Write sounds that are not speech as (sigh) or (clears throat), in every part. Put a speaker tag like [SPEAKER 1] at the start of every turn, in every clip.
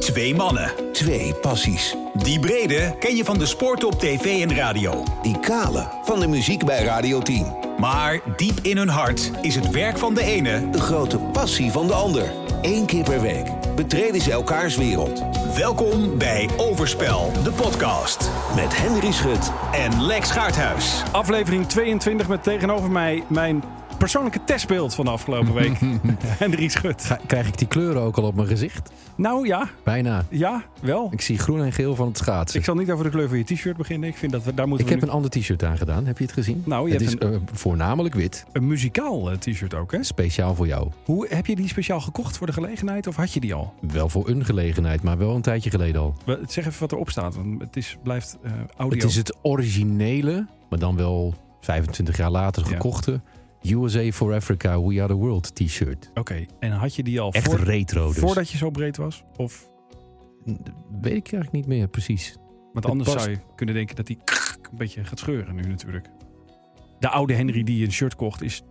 [SPEAKER 1] Twee mannen.
[SPEAKER 2] Twee passies.
[SPEAKER 1] Die brede ken je van de sport op tv en radio.
[SPEAKER 2] Die kale van de muziek bij Radio 10.
[SPEAKER 1] Maar diep in hun hart is het werk van de ene...
[SPEAKER 2] De grote passie van de ander. Eén keer per week betreden ze elkaars wereld.
[SPEAKER 1] Welkom bij Overspel, de podcast.
[SPEAKER 2] Met Henry Schut.
[SPEAKER 1] En Lex Gaarthuis.
[SPEAKER 3] Aflevering 22 met tegenover mij mijn persoonlijke testbeeld van de afgelopen
[SPEAKER 4] (laughs)
[SPEAKER 3] week. Henry Schut.
[SPEAKER 4] Ga- Krijg ik die kleuren ook al op mijn gezicht?
[SPEAKER 3] Nou ja,
[SPEAKER 4] Bijna.
[SPEAKER 3] ja, wel.
[SPEAKER 4] Ik zie groen en geel van het schaatsen.
[SPEAKER 3] Ik
[SPEAKER 4] Ik,
[SPEAKER 3] zal niet over de kleur van je t-shirt beginnen. Ik vind dat we daar moeten we
[SPEAKER 4] heb een ander t-shirt aangedaan. Heb je het gezien?
[SPEAKER 3] Nou, je
[SPEAKER 4] het is
[SPEAKER 3] hebt
[SPEAKER 4] eh, voornamelijk wit.
[SPEAKER 3] nu- een muzikaal eh, t-shirt ook, hè?
[SPEAKER 4] Speciaal voor jou.
[SPEAKER 3] Hoe, heb je die speciaal gekocht voor de gelegenheid of had je die al?
[SPEAKER 4] Wel voor een gelegenheid, maar wel een tijdje geleden al.
[SPEAKER 3] We- Zeg even wat erop staat, want het is, blijft eh, audio.
[SPEAKER 4] Het is het originele, maar dan wel 25 jaar later
[SPEAKER 3] Ja.
[SPEAKER 4] gekochte... USA for Africa, We Are the World t-shirt.
[SPEAKER 3] Oké, en had je die al
[SPEAKER 4] Echt
[SPEAKER 3] voor-
[SPEAKER 4] retro dus.
[SPEAKER 3] voordat je zo breed was? Of,
[SPEAKER 4] Weet ik eigenlijk niet meer precies.
[SPEAKER 3] want anders
[SPEAKER 4] past.
[SPEAKER 3] zou je kunnen denken dat die een beetje gaat scheuren nu natuurlijk. De oude Henry die een shirt kocht is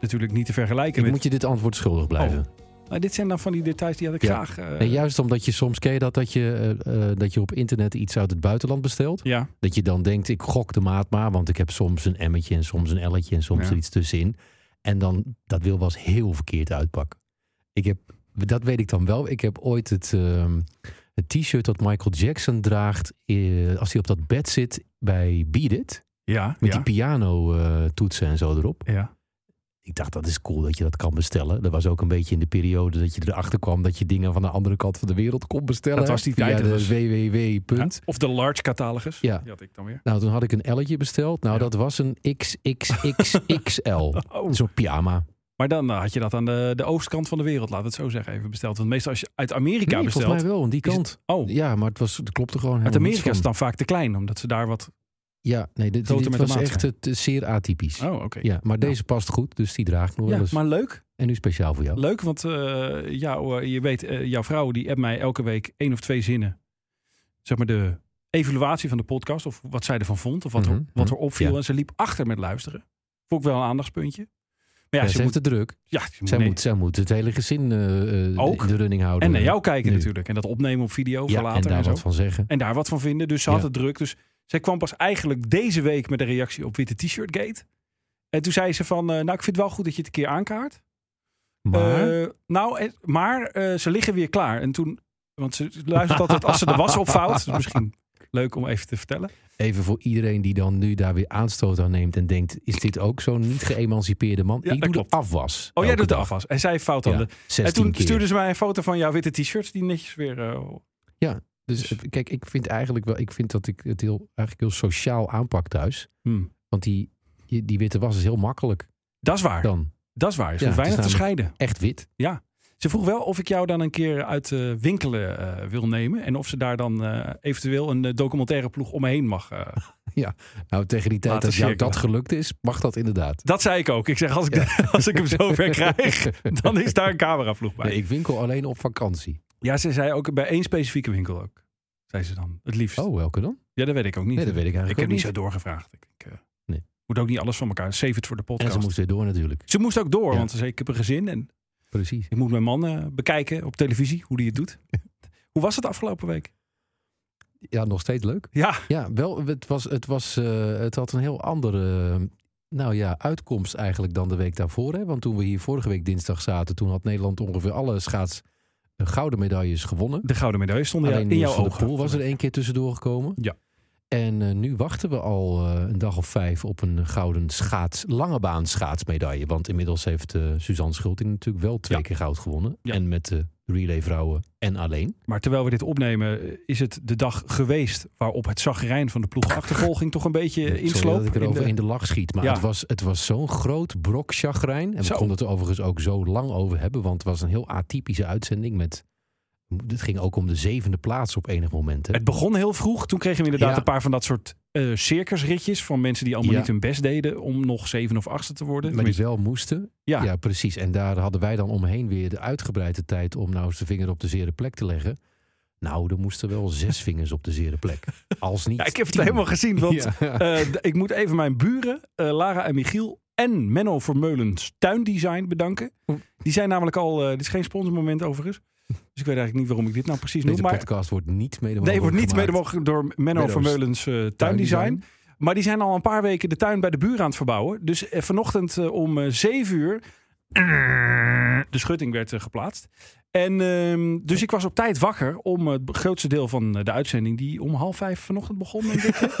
[SPEAKER 3] natuurlijk niet te vergelijken
[SPEAKER 4] Ik
[SPEAKER 3] met...
[SPEAKER 4] moet je dit antwoord schuldig blijven.
[SPEAKER 3] Nou, dit zijn dan van die details die had ik
[SPEAKER 4] Ja.
[SPEAKER 3] graag... eh,
[SPEAKER 4] Nee, juist omdat je soms ken je dat, dat, je, eh, eh, dat je op internet iets uit het buitenland bestelt.
[SPEAKER 3] Ja,
[SPEAKER 4] Dat je dan denkt, ik gok de maat maar, want ik heb soms een emmetje en soms een elletje en soms
[SPEAKER 3] Ja.
[SPEAKER 4] er iets tussenin. En dan, dat wil wel eens heel verkeerd uitpakken. Ik heb, dat weet ik dan wel. Ik heb ooit het, ehm, het t-shirt dat Michael Jackson draagt eh, als hij op dat bed zit bij Beat It.
[SPEAKER 3] ja,
[SPEAKER 4] Met
[SPEAKER 3] ja,
[SPEAKER 4] die piano eh, toetsen en zo erop.
[SPEAKER 3] ja.
[SPEAKER 4] Ik dacht, dat is cool dat je dat kan bestellen. Dat was ook een beetje in de periode dat je erachter kwam dat je dingen van de andere kant van de wereld kon bestellen.
[SPEAKER 3] Dat was die
[SPEAKER 4] via
[SPEAKER 3] tijd, dat
[SPEAKER 4] de
[SPEAKER 3] was-
[SPEAKER 4] www. punt.
[SPEAKER 3] Of de large catalogus.
[SPEAKER 4] Ja.
[SPEAKER 3] Die had ik dan weer.
[SPEAKER 4] Nou, toen had ik een L'tje besteld. Nou,
[SPEAKER 3] Ja.
[SPEAKER 4] dat was een
[SPEAKER 3] (laughs)
[SPEAKER 4] XXXXL.
[SPEAKER 3] Oh.
[SPEAKER 4] Zo'n pyjama.
[SPEAKER 3] Maar dan eh, had je dat aan de, de oostkant van de wereld, laten we het zo zeggen, even besteld. Want meestal als je uit Amerika
[SPEAKER 4] Nee,
[SPEAKER 3] bestelt...
[SPEAKER 4] volgens mij wel, aan die
[SPEAKER 3] is
[SPEAKER 4] kant.
[SPEAKER 3] het- oh,
[SPEAKER 4] Ja, maar het was, het klopte gewoon
[SPEAKER 3] uit
[SPEAKER 4] helemaal
[SPEAKER 3] Amerika is
[SPEAKER 4] niets
[SPEAKER 3] het
[SPEAKER 4] van.
[SPEAKER 3] dan vaak te klein, omdat ze daar wat...
[SPEAKER 4] Ja, nee, dit,
[SPEAKER 3] Grote
[SPEAKER 4] dit
[SPEAKER 3] met de
[SPEAKER 4] was
[SPEAKER 3] maat
[SPEAKER 4] echt
[SPEAKER 3] zijn.
[SPEAKER 4] eh, te- zeer atypisch.
[SPEAKER 3] Oh, oké.
[SPEAKER 4] Ja, maar deze past goed, dus die draag ik nog
[SPEAKER 3] Ja,
[SPEAKER 4] wel eens.
[SPEAKER 3] maar leuk.
[SPEAKER 4] En nu speciaal voor jou.
[SPEAKER 3] Leuk, want eh, jou, eh, je weet, eh, jouw vrouw die appt mij elke week één of twee zinnen. Zeg maar de evaluatie van de podcast, of wat zij ervan vond, of wat,
[SPEAKER 4] Mhm,
[SPEAKER 3] er, wat er
[SPEAKER 4] mhm,
[SPEAKER 3] opviel.
[SPEAKER 4] ja.
[SPEAKER 3] En ze liep achter met luisteren. Vond ik wel een aandachtspuntje. Maar
[SPEAKER 4] Ja,
[SPEAKER 3] ja,
[SPEAKER 4] ze
[SPEAKER 3] ze
[SPEAKER 4] heeft
[SPEAKER 3] moet...
[SPEAKER 4] het druk.
[SPEAKER 3] Ja, ze moet,
[SPEAKER 4] Zij,
[SPEAKER 3] nee.
[SPEAKER 4] moet, zij moet het hele gezin eh, eh,
[SPEAKER 3] Ook.
[SPEAKER 4] in de running houden.
[SPEAKER 3] En naar jou kijken
[SPEAKER 4] nu.
[SPEAKER 3] natuurlijk. En dat opnemen op video voor
[SPEAKER 4] Ja, en
[SPEAKER 3] later en,
[SPEAKER 4] daar
[SPEAKER 3] zo.
[SPEAKER 4] wat van zeggen.
[SPEAKER 3] En daar wat van vinden. Dus ze had
[SPEAKER 4] Ja.
[SPEAKER 3] het druk. Dus zij kwam pas eigenlijk deze week met een reactie op Witte T-shirt Gate. En toen zei ze van, eh, nou ik vind het wel goed dat je het een keer aankaart.
[SPEAKER 4] Maar
[SPEAKER 3] Eh, nou, eh, maar eh, ze liggen weer klaar. En toen, want ze luistert altijd als ze de was opvouwt. Dus misschien leuk om even te vertellen.
[SPEAKER 4] even voor iedereen die dan nu daar weer aanstoot aan neemt en denkt, is dit ook zo'n niet geëmancipeerde man?
[SPEAKER 3] Ja, dat
[SPEAKER 4] ik doe
[SPEAKER 3] klopt.
[SPEAKER 4] de afwas.
[SPEAKER 3] Oh, jij
[SPEAKER 4] elke
[SPEAKER 3] doet de
[SPEAKER 4] dag.
[SPEAKER 3] afwas. En zij fout dan
[SPEAKER 4] Ja,
[SPEAKER 3] de...
[SPEAKER 4] 16
[SPEAKER 3] En toen
[SPEAKER 4] keer.
[SPEAKER 3] stuurde ze mij een foto van jouw witte t-shirts die netjes weer... eh,
[SPEAKER 4] Dus eh, kijk, ik vind eigenlijk wel, ik vind dat ik het heel, eigenlijk heel sociaal aanpak thuis.
[SPEAKER 3] hmm.
[SPEAKER 4] Want die, die die witte was is heel makkelijk
[SPEAKER 3] Dat is waar.
[SPEAKER 4] dan.
[SPEAKER 3] Dat is waar. Er is
[SPEAKER 4] Ja, het
[SPEAKER 3] weinig
[SPEAKER 4] is
[SPEAKER 3] te
[SPEAKER 4] namelijk-
[SPEAKER 3] scheiden.
[SPEAKER 4] Echt wit.
[SPEAKER 3] Ze vroeg wel of ik jou dan een keer uit eh, winkelen eh, wil nemen. En of ze daar dan eh, eventueel een eh, documentaire ploeg omheen mag. eh.
[SPEAKER 4] Nou, tegen die tijd
[SPEAKER 3] Laten
[SPEAKER 4] dat jou
[SPEAKER 3] cirkelen.
[SPEAKER 4] dat gelukt is, mag dat inderdaad.
[SPEAKER 3] Dat zei ik ook. Ik zeg, als ik, (laughs) als (laughs) ik hem
[SPEAKER 4] (laughs)
[SPEAKER 3] zover krijg, dan is daar een cameraploeg bij.
[SPEAKER 4] Nee, ik winkel alleen op vakantie.
[SPEAKER 3] Ja, ze zei ook bij één specifieke winkel ook. Zei ze dan, het liefst.
[SPEAKER 4] Oh, welke dan?
[SPEAKER 3] Ja, dat weet ik ook niet.
[SPEAKER 4] Nee, dat weet ik eigenlijk
[SPEAKER 3] ik heb
[SPEAKER 4] ook
[SPEAKER 3] niet
[SPEAKER 4] niet.
[SPEAKER 3] zo doorgevraagd. Ik denk, eh,
[SPEAKER 4] Nee.
[SPEAKER 3] Moet ook niet alles van elkaar. Save it voor de podcast.
[SPEAKER 4] En ze moest weer door natuurlijk.
[SPEAKER 3] Ze moest ook door,
[SPEAKER 4] Ja.
[SPEAKER 3] want ze zei, ik heb een gezin en
[SPEAKER 4] Precies.
[SPEAKER 3] ik moet mijn man eh, bekijken op televisie, hoe die het
[SPEAKER 4] (laughs)
[SPEAKER 3] doet. hoe was het afgelopen week?
[SPEAKER 4] Ja, nog steeds leuk.
[SPEAKER 3] Ja,
[SPEAKER 4] Ja, wel, het, was, het, was, eh, het had een heel andere eh, nou ja, uitkomst eigenlijk dan de week daarvoor. Hè? Want toen we hier vorige week dinsdag zaten, toen had Nederland ongeveer alle schaats eh, gouden medailles gewonnen.
[SPEAKER 3] de gouden medaille stond
[SPEAKER 4] Alleen
[SPEAKER 3] in
[SPEAKER 4] Niels
[SPEAKER 3] jouw
[SPEAKER 4] van der
[SPEAKER 3] ogen.
[SPEAKER 4] Poel was er één keer tussendoor gekomen.
[SPEAKER 3] Ja.
[SPEAKER 4] En eh, nu wachten we al eh, een dag of vijf op een gouden schaats, lange baan schaatsmedaille. Want inmiddels heeft eh, Suzanne Schulting natuurlijk wel twee
[SPEAKER 3] Ja.
[SPEAKER 4] keer goud gewonnen.
[SPEAKER 3] Ja.
[SPEAKER 4] En met de relay vrouwen en alleen.
[SPEAKER 3] Maar terwijl we dit opnemen, eh, is het de dag geweest waarop het zagrijn van de ploegachtervolging toch een beetje
[SPEAKER 4] Sorry
[SPEAKER 3] eh, insloop.
[SPEAKER 4] dat ik
[SPEAKER 3] in
[SPEAKER 4] erover in
[SPEAKER 3] de-
[SPEAKER 4] de, lach schiet. Maar
[SPEAKER 3] Ja.
[SPEAKER 4] het, was, het was zo'n groot brok chagrijn. En
[SPEAKER 3] Zo.
[SPEAKER 4] we konden het er overigens ook zo lang over hebben. Want het was een heel atypische uitzending. Met, het ging ook om de zevende plaats op enig moment. Hè?
[SPEAKER 3] Het begon heel vroeg. Toen kregen we inderdaad
[SPEAKER 4] Ja.
[SPEAKER 3] een paar van dat soort eh, circusritjes. Van mensen die allemaal
[SPEAKER 4] Ja.
[SPEAKER 3] niet hun best deden om nog zeven of achtste te worden.
[SPEAKER 4] maar die
[SPEAKER 3] Tenminste,
[SPEAKER 4] wel moesten.
[SPEAKER 3] ja.
[SPEAKER 4] Ja. precies. En daar hadden wij dan omheen weer de uitgebreide tijd om nou eens de vinger op de zere plek te leggen. Nou, er moesten wel zes vingers op de zere plek. Als niet.
[SPEAKER 3] Ja, ik heb het
[SPEAKER 4] tien.
[SPEAKER 3] helemaal gezien. Want
[SPEAKER 4] Ja.
[SPEAKER 3] eh, d- ik moet even mijn buren, eh, Lara en Michiel en Menno Vermeulens tuindesign bedanken. Die zijn namelijk al, eh, dit is geen sponsormoment overigens. Dus ik weet eigenlijk niet waarom ik dit nou precies noem.
[SPEAKER 4] Deze
[SPEAKER 3] Maar
[SPEAKER 4] podcast wordt niet mede mogelijk
[SPEAKER 3] nee, wordt niet mede
[SPEAKER 4] gemaakt.
[SPEAKER 3] mogelijk door Menno
[SPEAKER 4] Menno's
[SPEAKER 3] Vermeulens eh, tuindesign. Maar die zijn al een paar weken de tuin bij de buur aan het verbouwen. Dus eh, vanochtend eh, om eh, 7 uur (clears throat) de schutting werd eh, geplaatst. En, ehm, dus ik was op tijd wakker om eh, het grootste deel van eh, de uitzending die om half vijf vanochtend begon. denk
[SPEAKER 4] (laughs)
[SPEAKER 3] ik.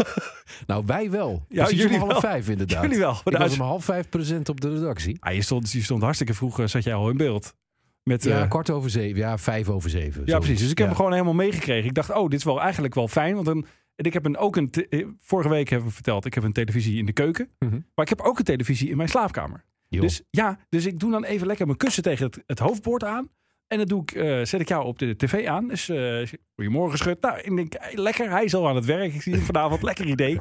[SPEAKER 4] Nou, wij wel.
[SPEAKER 3] Ja,
[SPEAKER 4] Precies
[SPEAKER 3] jullie
[SPEAKER 4] om half
[SPEAKER 3] wel.
[SPEAKER 4] vijf inderdaad.
[SPEAKER 3] Jullie wel.
[SPEAKER 4] Ik
[SPEAKER 3] De
[SPEAKER 4] was
[SPEAKER 3] uitz-
[SPEAKER 4] om half vijf present op de redactie.
[SPEAKER 3] Ah, je, stond, je stond hartstikke vroeg, eh, zat jij al in beeld. Met,
[SPEAKER 4] Ja,
[SPEAKER 3] eh,
[SPEAKER 4] kwart over zeven. Ja, vijf over zeven.
[SPEAKER 3] Ja, precies. Dus ik heb
[SPEAKER 4] hem
[SPEAKER 3] hem gewoon helemaal meegekregen. Ik dacht, oh, dit is wel eigenlijk wel fijn. Want dan, en ik heb een, ook een. te- eh, Vorige week hebben we verteld, ik heb een televisie in de keuken.
[SPEAKER 4] Mhm.
[SPEAKER 3] Maar ik heb ook een televisie in mijn slaapkamer.
[SPEAKER 4] Dus,
[SPEAKER 3] Dus ja, dus ik doe dan even lekker mijn kussen tegen het, het hoofdbord aan. En dan doe ik, eh, zet ik jou op de tv aan. Dus eh goedemorgen, schut. Nou, ik denk, hey, lekker, hij is al aan het werk. Ik zie hem vanavond, lekker idee.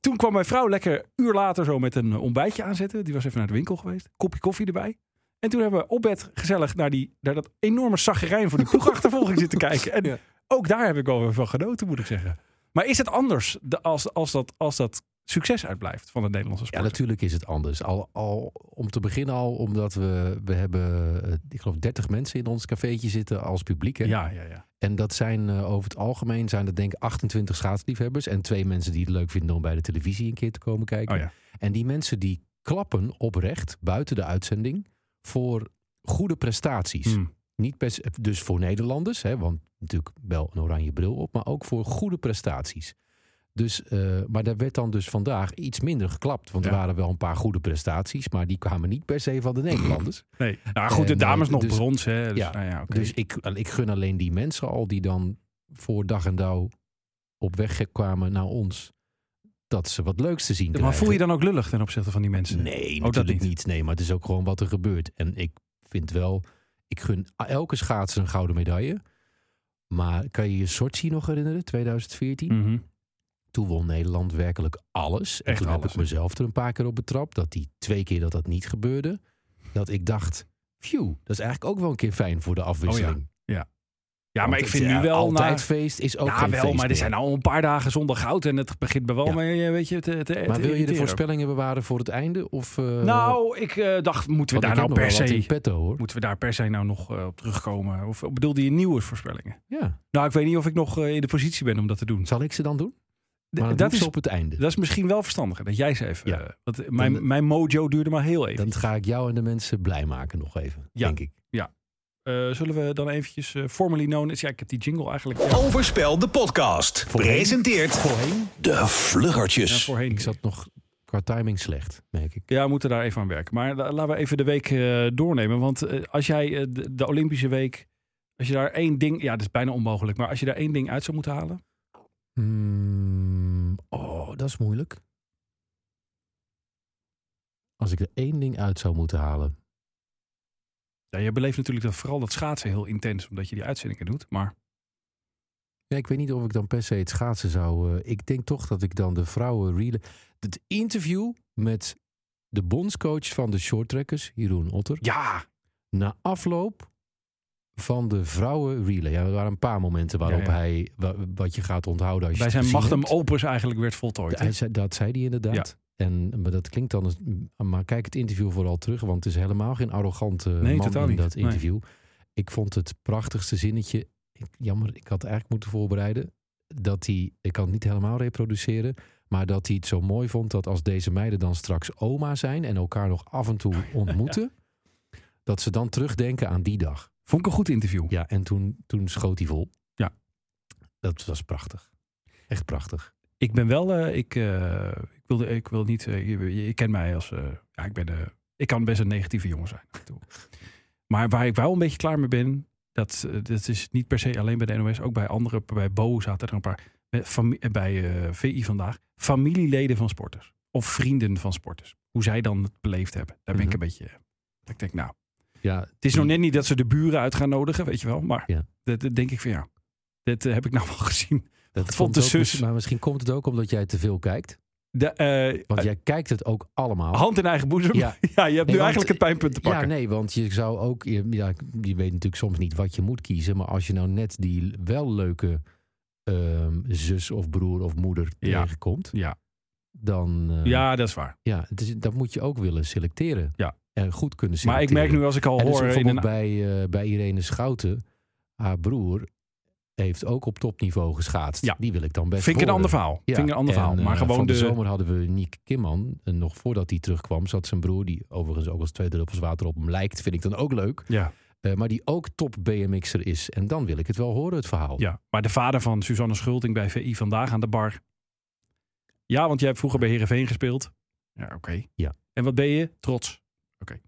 [SPEAKER 3] Toen kwam mijn vrouw lekker een uur later zo met een eh, ontbijtje aanzetten. Die was even naar de winkel geweest. Kopje koffie erbij. En toen hebben we op bed gezellig naar, die, naar dat enorme zaggerijn
[SPEAKER 4] (laughs)
[SPEAKER 3] van die ploegachtervolging zitten kijken. En
[SPEAKER 4] Ja.
[SPEAKER 3] ook daar heb ik wel weer van genoten, moet ik zeggen. Maar is het anders de- als, als, dat, als dat succes uitblijft van het Nederlandse
[SPEAKER 4] ja,
[SPEAKER 3] sport?
[SPEAKER 4] natuurlijk is het anders. Al, al, om te beginnen al, omdat we, we hebben, eh, ik geloof, 30 mensen in ons cafeetje zitten als publiek. Hè?
[SPEAKER 3] ja, ja, ja.
[SPEAKER 4] En dat zijn eh, over het algemeen, zijn dat denk ik 28 schaatsliefhebbers. En twee mensen die het leuk vinden om bij de televisie een keer te komen kijken.
[SPEAKER 3] Oh ja.
[SPEAKER 4] En die mensen die klappen oprecht buiten de uitzending voor goede prestaties.
[SPEAKER 3] Hmm.
[SPEAKER 4] Niet per se- dus voor Nederlanders, hè, want natuurlijk wel een oranje bril op, maar ook voor goede prestaties. Dus, eh, maar daar werd dan dus vandaag iets minder geklapt. Want er
[SPEAKER 3] Ja.
[SPEAKER 4] waren wel een paar goede prestaties, maar die kwamen niet per se van de Nederlanders.
[SPEAKER 3] Nee. Nou goed, de
[SPEAKER 4] Eh,
[SPEAKER 3] dames
[SPEAKER 4] nee,
[SPEAKER 3] nog
[SPEAKER 4] dus-
[SPEAKER 3] brons. Hè, dus,
[SPEAKER 4] ja,
[SPEAKER 3] nou ja, (clears throat) oké.
[SPEAKER 4] Dus ik, ik gun alleen die mensen al die dan voor dag en dauw op weg kwamen naar ons, dat ze wat leuks te zien
[SPEAKER 3] maar
[SPEAKER 4] krijgen.
[SPEAKER 3] voel je dan ook lullig ten opzichte van die mensen?
[SPEAKER 4] Nee,
[SPEAKER 3] dat
[SPEAKER 4] natuurlijk
[SPEAKER 3] niet.
[SPEAKER 4] niet. Nee, maar het is ook gewoon wat er gebeurt. En ik vind wel, ik gun elke schaatser een gouden medaille. Maar kan je je Sochi nog herinneren, 2014?
[SPEAKER 3] Mhm.
[SPEAKER 4] Toen won Nederland werkelijk alles. En
[SPEAKER 3] Echt
[SPEAKER 4] toen heb
[SPEAKER 3] alles,
[SPEAKER 4] ik
[SPEAKER 3] hè?
[SPEAKER 4] mezelf er een paar keer op betrapt. Dat die twee keer dat dat niet gebeurde. Dat ik dacht, phew, dat is eigenlijk ook wel een keer fijn voor de afwisseling.
[SPEAKER 3] Ja, maar
[SPEAKER 4] Want
[SPEAKER 3] ik
[SPEAKER 4] het-
[SPEAKER 3] vind nu
[SPEAKER 4] ja,
[SPEAKER 3] Oh wel... na-
[SPEAKER 4] Altijd feest is ook
[SPEAKER 3] ja,
[SPEAKER 4] geen
[SPEAKER 3] wel,
[SPEAKER 4] feest
[SPEAKER 3] maar er
[SPEAKER 4] meer.
[SPEAKER 3] zijn al een paar dagen zonder goud. En het begint me wel
[SPEAKER 4] Ja.
[SPEAKER 3] mee, eh, weet je, te, te,
[SPEAKER 4] Maar
[SPEAKER 3] te
[SPEAKER 4] wil je de
[SPEAKER 3] irriteren.
[SPEAKER 4] voorspellingen bewaren voor het einde? Of, eh, want
[SPEAKER 3] Nou, ik eh, dacht, moeten
[SPEAKER 4] ik
[SPEAKER 3] we daar
[SPEAKER 4] heb
[SPEAKER 3] nou
[SPEAKER 4] nog wel
[SPEAKER 3] per
[SPEAKER 4] wat in
[SPEAKER 3] se...
[SPEAKER 4] petto, hoor.
[SPEAKER 3] Moeten we daar per se nou nog eh, op terugkomen? Of bedoelde je nieuwe voorspellingen?
[SPEAKER 4] Ja.
[SPEAKER 3] Nou, ik weet niet of ik nog eh, in de positie ben om dat te doen.
[SPEAKER 4] Zal ik ze dan doen?
[SPEAKER 3] D-
[SPEAKER 4] Maar
[SPEAKER 3] dat,
[SPEAKER 4] is
[SPEAKER 3] is,
[SPEAKER 4] op het einde.
[SPEAKER 3] dat is misschien wel verstandiger, dat jij ze even...
[SPEAKER 4] Ja.
[SPEAKER 3] eh, want mijn,
[SPEAKER 4] Dan-
[SPEAKER 3] mijn mojo duurde maar heel even.
[SPEAKER 4] Dan ga ik jou en de mensen blij maken nog even,
[SPEAKER 3] Ja.
[SPEAKER 4] denk ik.
[SPEAKER 3] Eh, zullen we dan eventjes eh formally known is... Ja, ik heb die jingle eigenlijk... ja,
[SPEAKER 4] Oh,
[SPEAKER 1] Overspel de podcast. Presenteert
[SPEAKER 4] Voorheen?
[SPEAKER 2] De
[SPEAKER 3] ja,
[SPEAKER 2] Vluggertjes.
[SPEAKER 3] voorheen.
[SPEAKER 4] dus Ik zat nog qua timing slecht, merk ik.
[SPEAKER 3] Ja, we moeten daar even aan werken. Maar la- laten we even de week eh, doornemen. Want eh, als jij eh, de, de Olympische week... Als je daar één ding... Ja, dat is bijna onmogelijk. Maar als je daar één ding uit zou moeten halen...
[SPEAKER 4] Hmm, oh, dat is moeilijk. Als ik er één ding uit zou moeten halen.
[SPEAKER 3] Ja, je beleeft natuurlijk dat, vooral dat schaatsen heel intens. Omdat je die uitzendingen doet. Maar
[SPEAKER 4] Ja, ik weet niet of ik dan per se het schaatsen zou. eh, ik denk toch dat ik dan de vrouwen relay. Het interview met de bondscoach van de shorttrekkers, Jeroen Otter.
[SPEAKER 3] ja,
[SPEAKER 4] na afloop van de vrouwen relay. Ja, er waren een paar momenten waarop
[SPEAKER 3] Ja, ja.
[SPEAKER 4] hij wa- wat je gaat onthouden als je
[SPEAKER 3] bij
[SPEAKER 4] het
[SPEAKER 3] zijn
[SPEAKER 4] gezien
[SPEAKER 3] machtem
[SPEAKER 4] hebt.
[SPEAKER 3] opus eigenlijk werd voltooid. hè?
[SPEAKER 4] Hij zei- dat zei hij inderdaad. En maar dat klinkt dan. als- Maar kijk het interview vooral terug, want het is helemaal geen arrogante
[SPEAKER 3] Nee,
[SPEAKER 4] man
[SPEAKER 3] totaal
[SPEAKER 4] in
[SPEAKER 3] niet.
[SPEAKER 4] dat
[SPEAKER 3] Nee.
[SPEAKER 4] interview. Ik vond het prachtigste zinnetje. Ik, jammer, ik had eigenlijk moeten voorbereiden dat hij. Ik kan het niet helemaal reproduceren. Maar dat hij het zo mooi vond dat als deze meiden dan straks oma zijn en elkaar nog af en
[SPEAKER 3] (laughs)
[SPEAKER 4] toe ontmoeten, dat ze dan terugdenken aan die dag.
[SPEAKER 3] Vond ik een goed interview.
[SPEAKER 4] Ja, en toen, toen schoot hij vol.
[SPEAKER 3] Ja.
[SPEAKER 4] Dat was prachtig. Echt prachtig.
[SPEAKER 3] Ik ben wel, eh, ik, eh, ik, wilde, ik wil niet, eh, je, je- je kent mij als, eh, ja, ik ben, eh, ik kan best een negatieve jongen zijn. af en toe. maar waar ik wel een beetje klaar mee ben, dat, eh, dat is niet per se alleen bij de NOS, ook bij andere, bij Bo zaten er een paar, eh, fami- eh, bij eh, VI vandaag, familieleden van sporters. Of vrienden van sporters. Hoe zij dan het beleefd hebben. Daar ben ik
[SPEAKER 4] Mhm.
[SPEAKER 3] een beetje, eh, dat ik denk nou,
[SPEAKER 4] Ja,
[SPEAKER 3] het is nog net niet dat ze de buren uit gaan nodigen, weet je wel. Maar
[SPEAKER 4] Ja.
[SPEAKER 3] dat, dat denk ik van ja, dit eh, heb ik nou wel (laughs) gezien.
[SPEAKER 4] Dat
[SPEAKER 3] vond
[SPEAKER 4] komt
[SPEAKER 3] de
[SPEAKER 4] ook
[SPEAKER 3] zus.
[SPEAKER 4] misschien- Maar misschien komt het ook omdat jij te veel kijkt.
[SPEAKER 3] De, eh,
[SPEAKER 4] Want jij kijkt het ook allemaal.
[SPEAKER 3] Hand in eigen boezem.
[SPEAKER 4] Ja.
[SPEAKER 3] Ja, je hebt
[SPEAKER 4] Nee,
[SPEAKER 3] nu
[SPEAKER 4] want-
[SPEAKER 3] eigenlijk het pijnpunt te
[SPEAKER 4] Ja,
[SPEAKER 3] pakken.
[SPEAKER 4] nee, want je zou ook... Je, ja, je weet natuurlijk soms niet wat je moet kiezen. Maar als je nou net die wel leuke ehm, zus of broer of moeder
[SPEAKER 3] Ja.
[SPEAKER 4] tegenkomt...
[SPEAKER 3] Ja.
[SPEAKER 4] Dan, eh, ja.
[SPEAKER 3] Ja, dat is waar.
[SPEAKER 4] het is, dat moet je ook willen selecteren.
[SPEAKER 3] Ja.
[SPEAKER 4] En goed kunnen selecteren.
[SPEAKER 3] Maar ik merk nu als ik al
[SPEAKER 4] En dus
[SPEAKER 3] hoor in
[SPEAKER 4] bijvoorbeeld
[SPEAKER 3] een...
[SPEAKER 4] bij, eh, bij Irene Schouten haar broer heeft ook op topniveau geschaatst.
[SPEAKER 3] Ja.
[SPEAKER 4] Die wil ik dan best
[SPEAKER 3] Vind ik een
[SPEAKER 4] horen.
[SPEAKER 3] ander verhaal.
[SPEAKER 4] Ja,
[SPEAKER 3] Vind ik een ander
[SPEAKER 4] en,
[SPEAKER 3] verhaal.
[SPEAKER 4] eh,
[SPEAKER 3] Maar gewoon
[SPEAKER 4] van de...
[SPEAKER 3] de...
[SPEAKER 4] zomer hadden we Niek Kimman. En nog voordat hij terugkwam zat zijn broer, die overigens ook als twee druppels water op hem lijkt, vind ik dan ook leuk.
[SPEAKER 3] Ja,
[SPEAKER 4] Eh, maar die ook top BMX'er is. En dan wil ik het wel horen, het verhaal.
[SPEAKER 3] ja. Maar de vader van Suzanne Schulting bij VI vandaag aan de bar. Ja, want jij hebt vroeger bij Heerenveen gespeeld. Ja, oké.
[SPEAKER 4] Ja.
[SPEAKER 3] En wat ben je? Trots. Oké.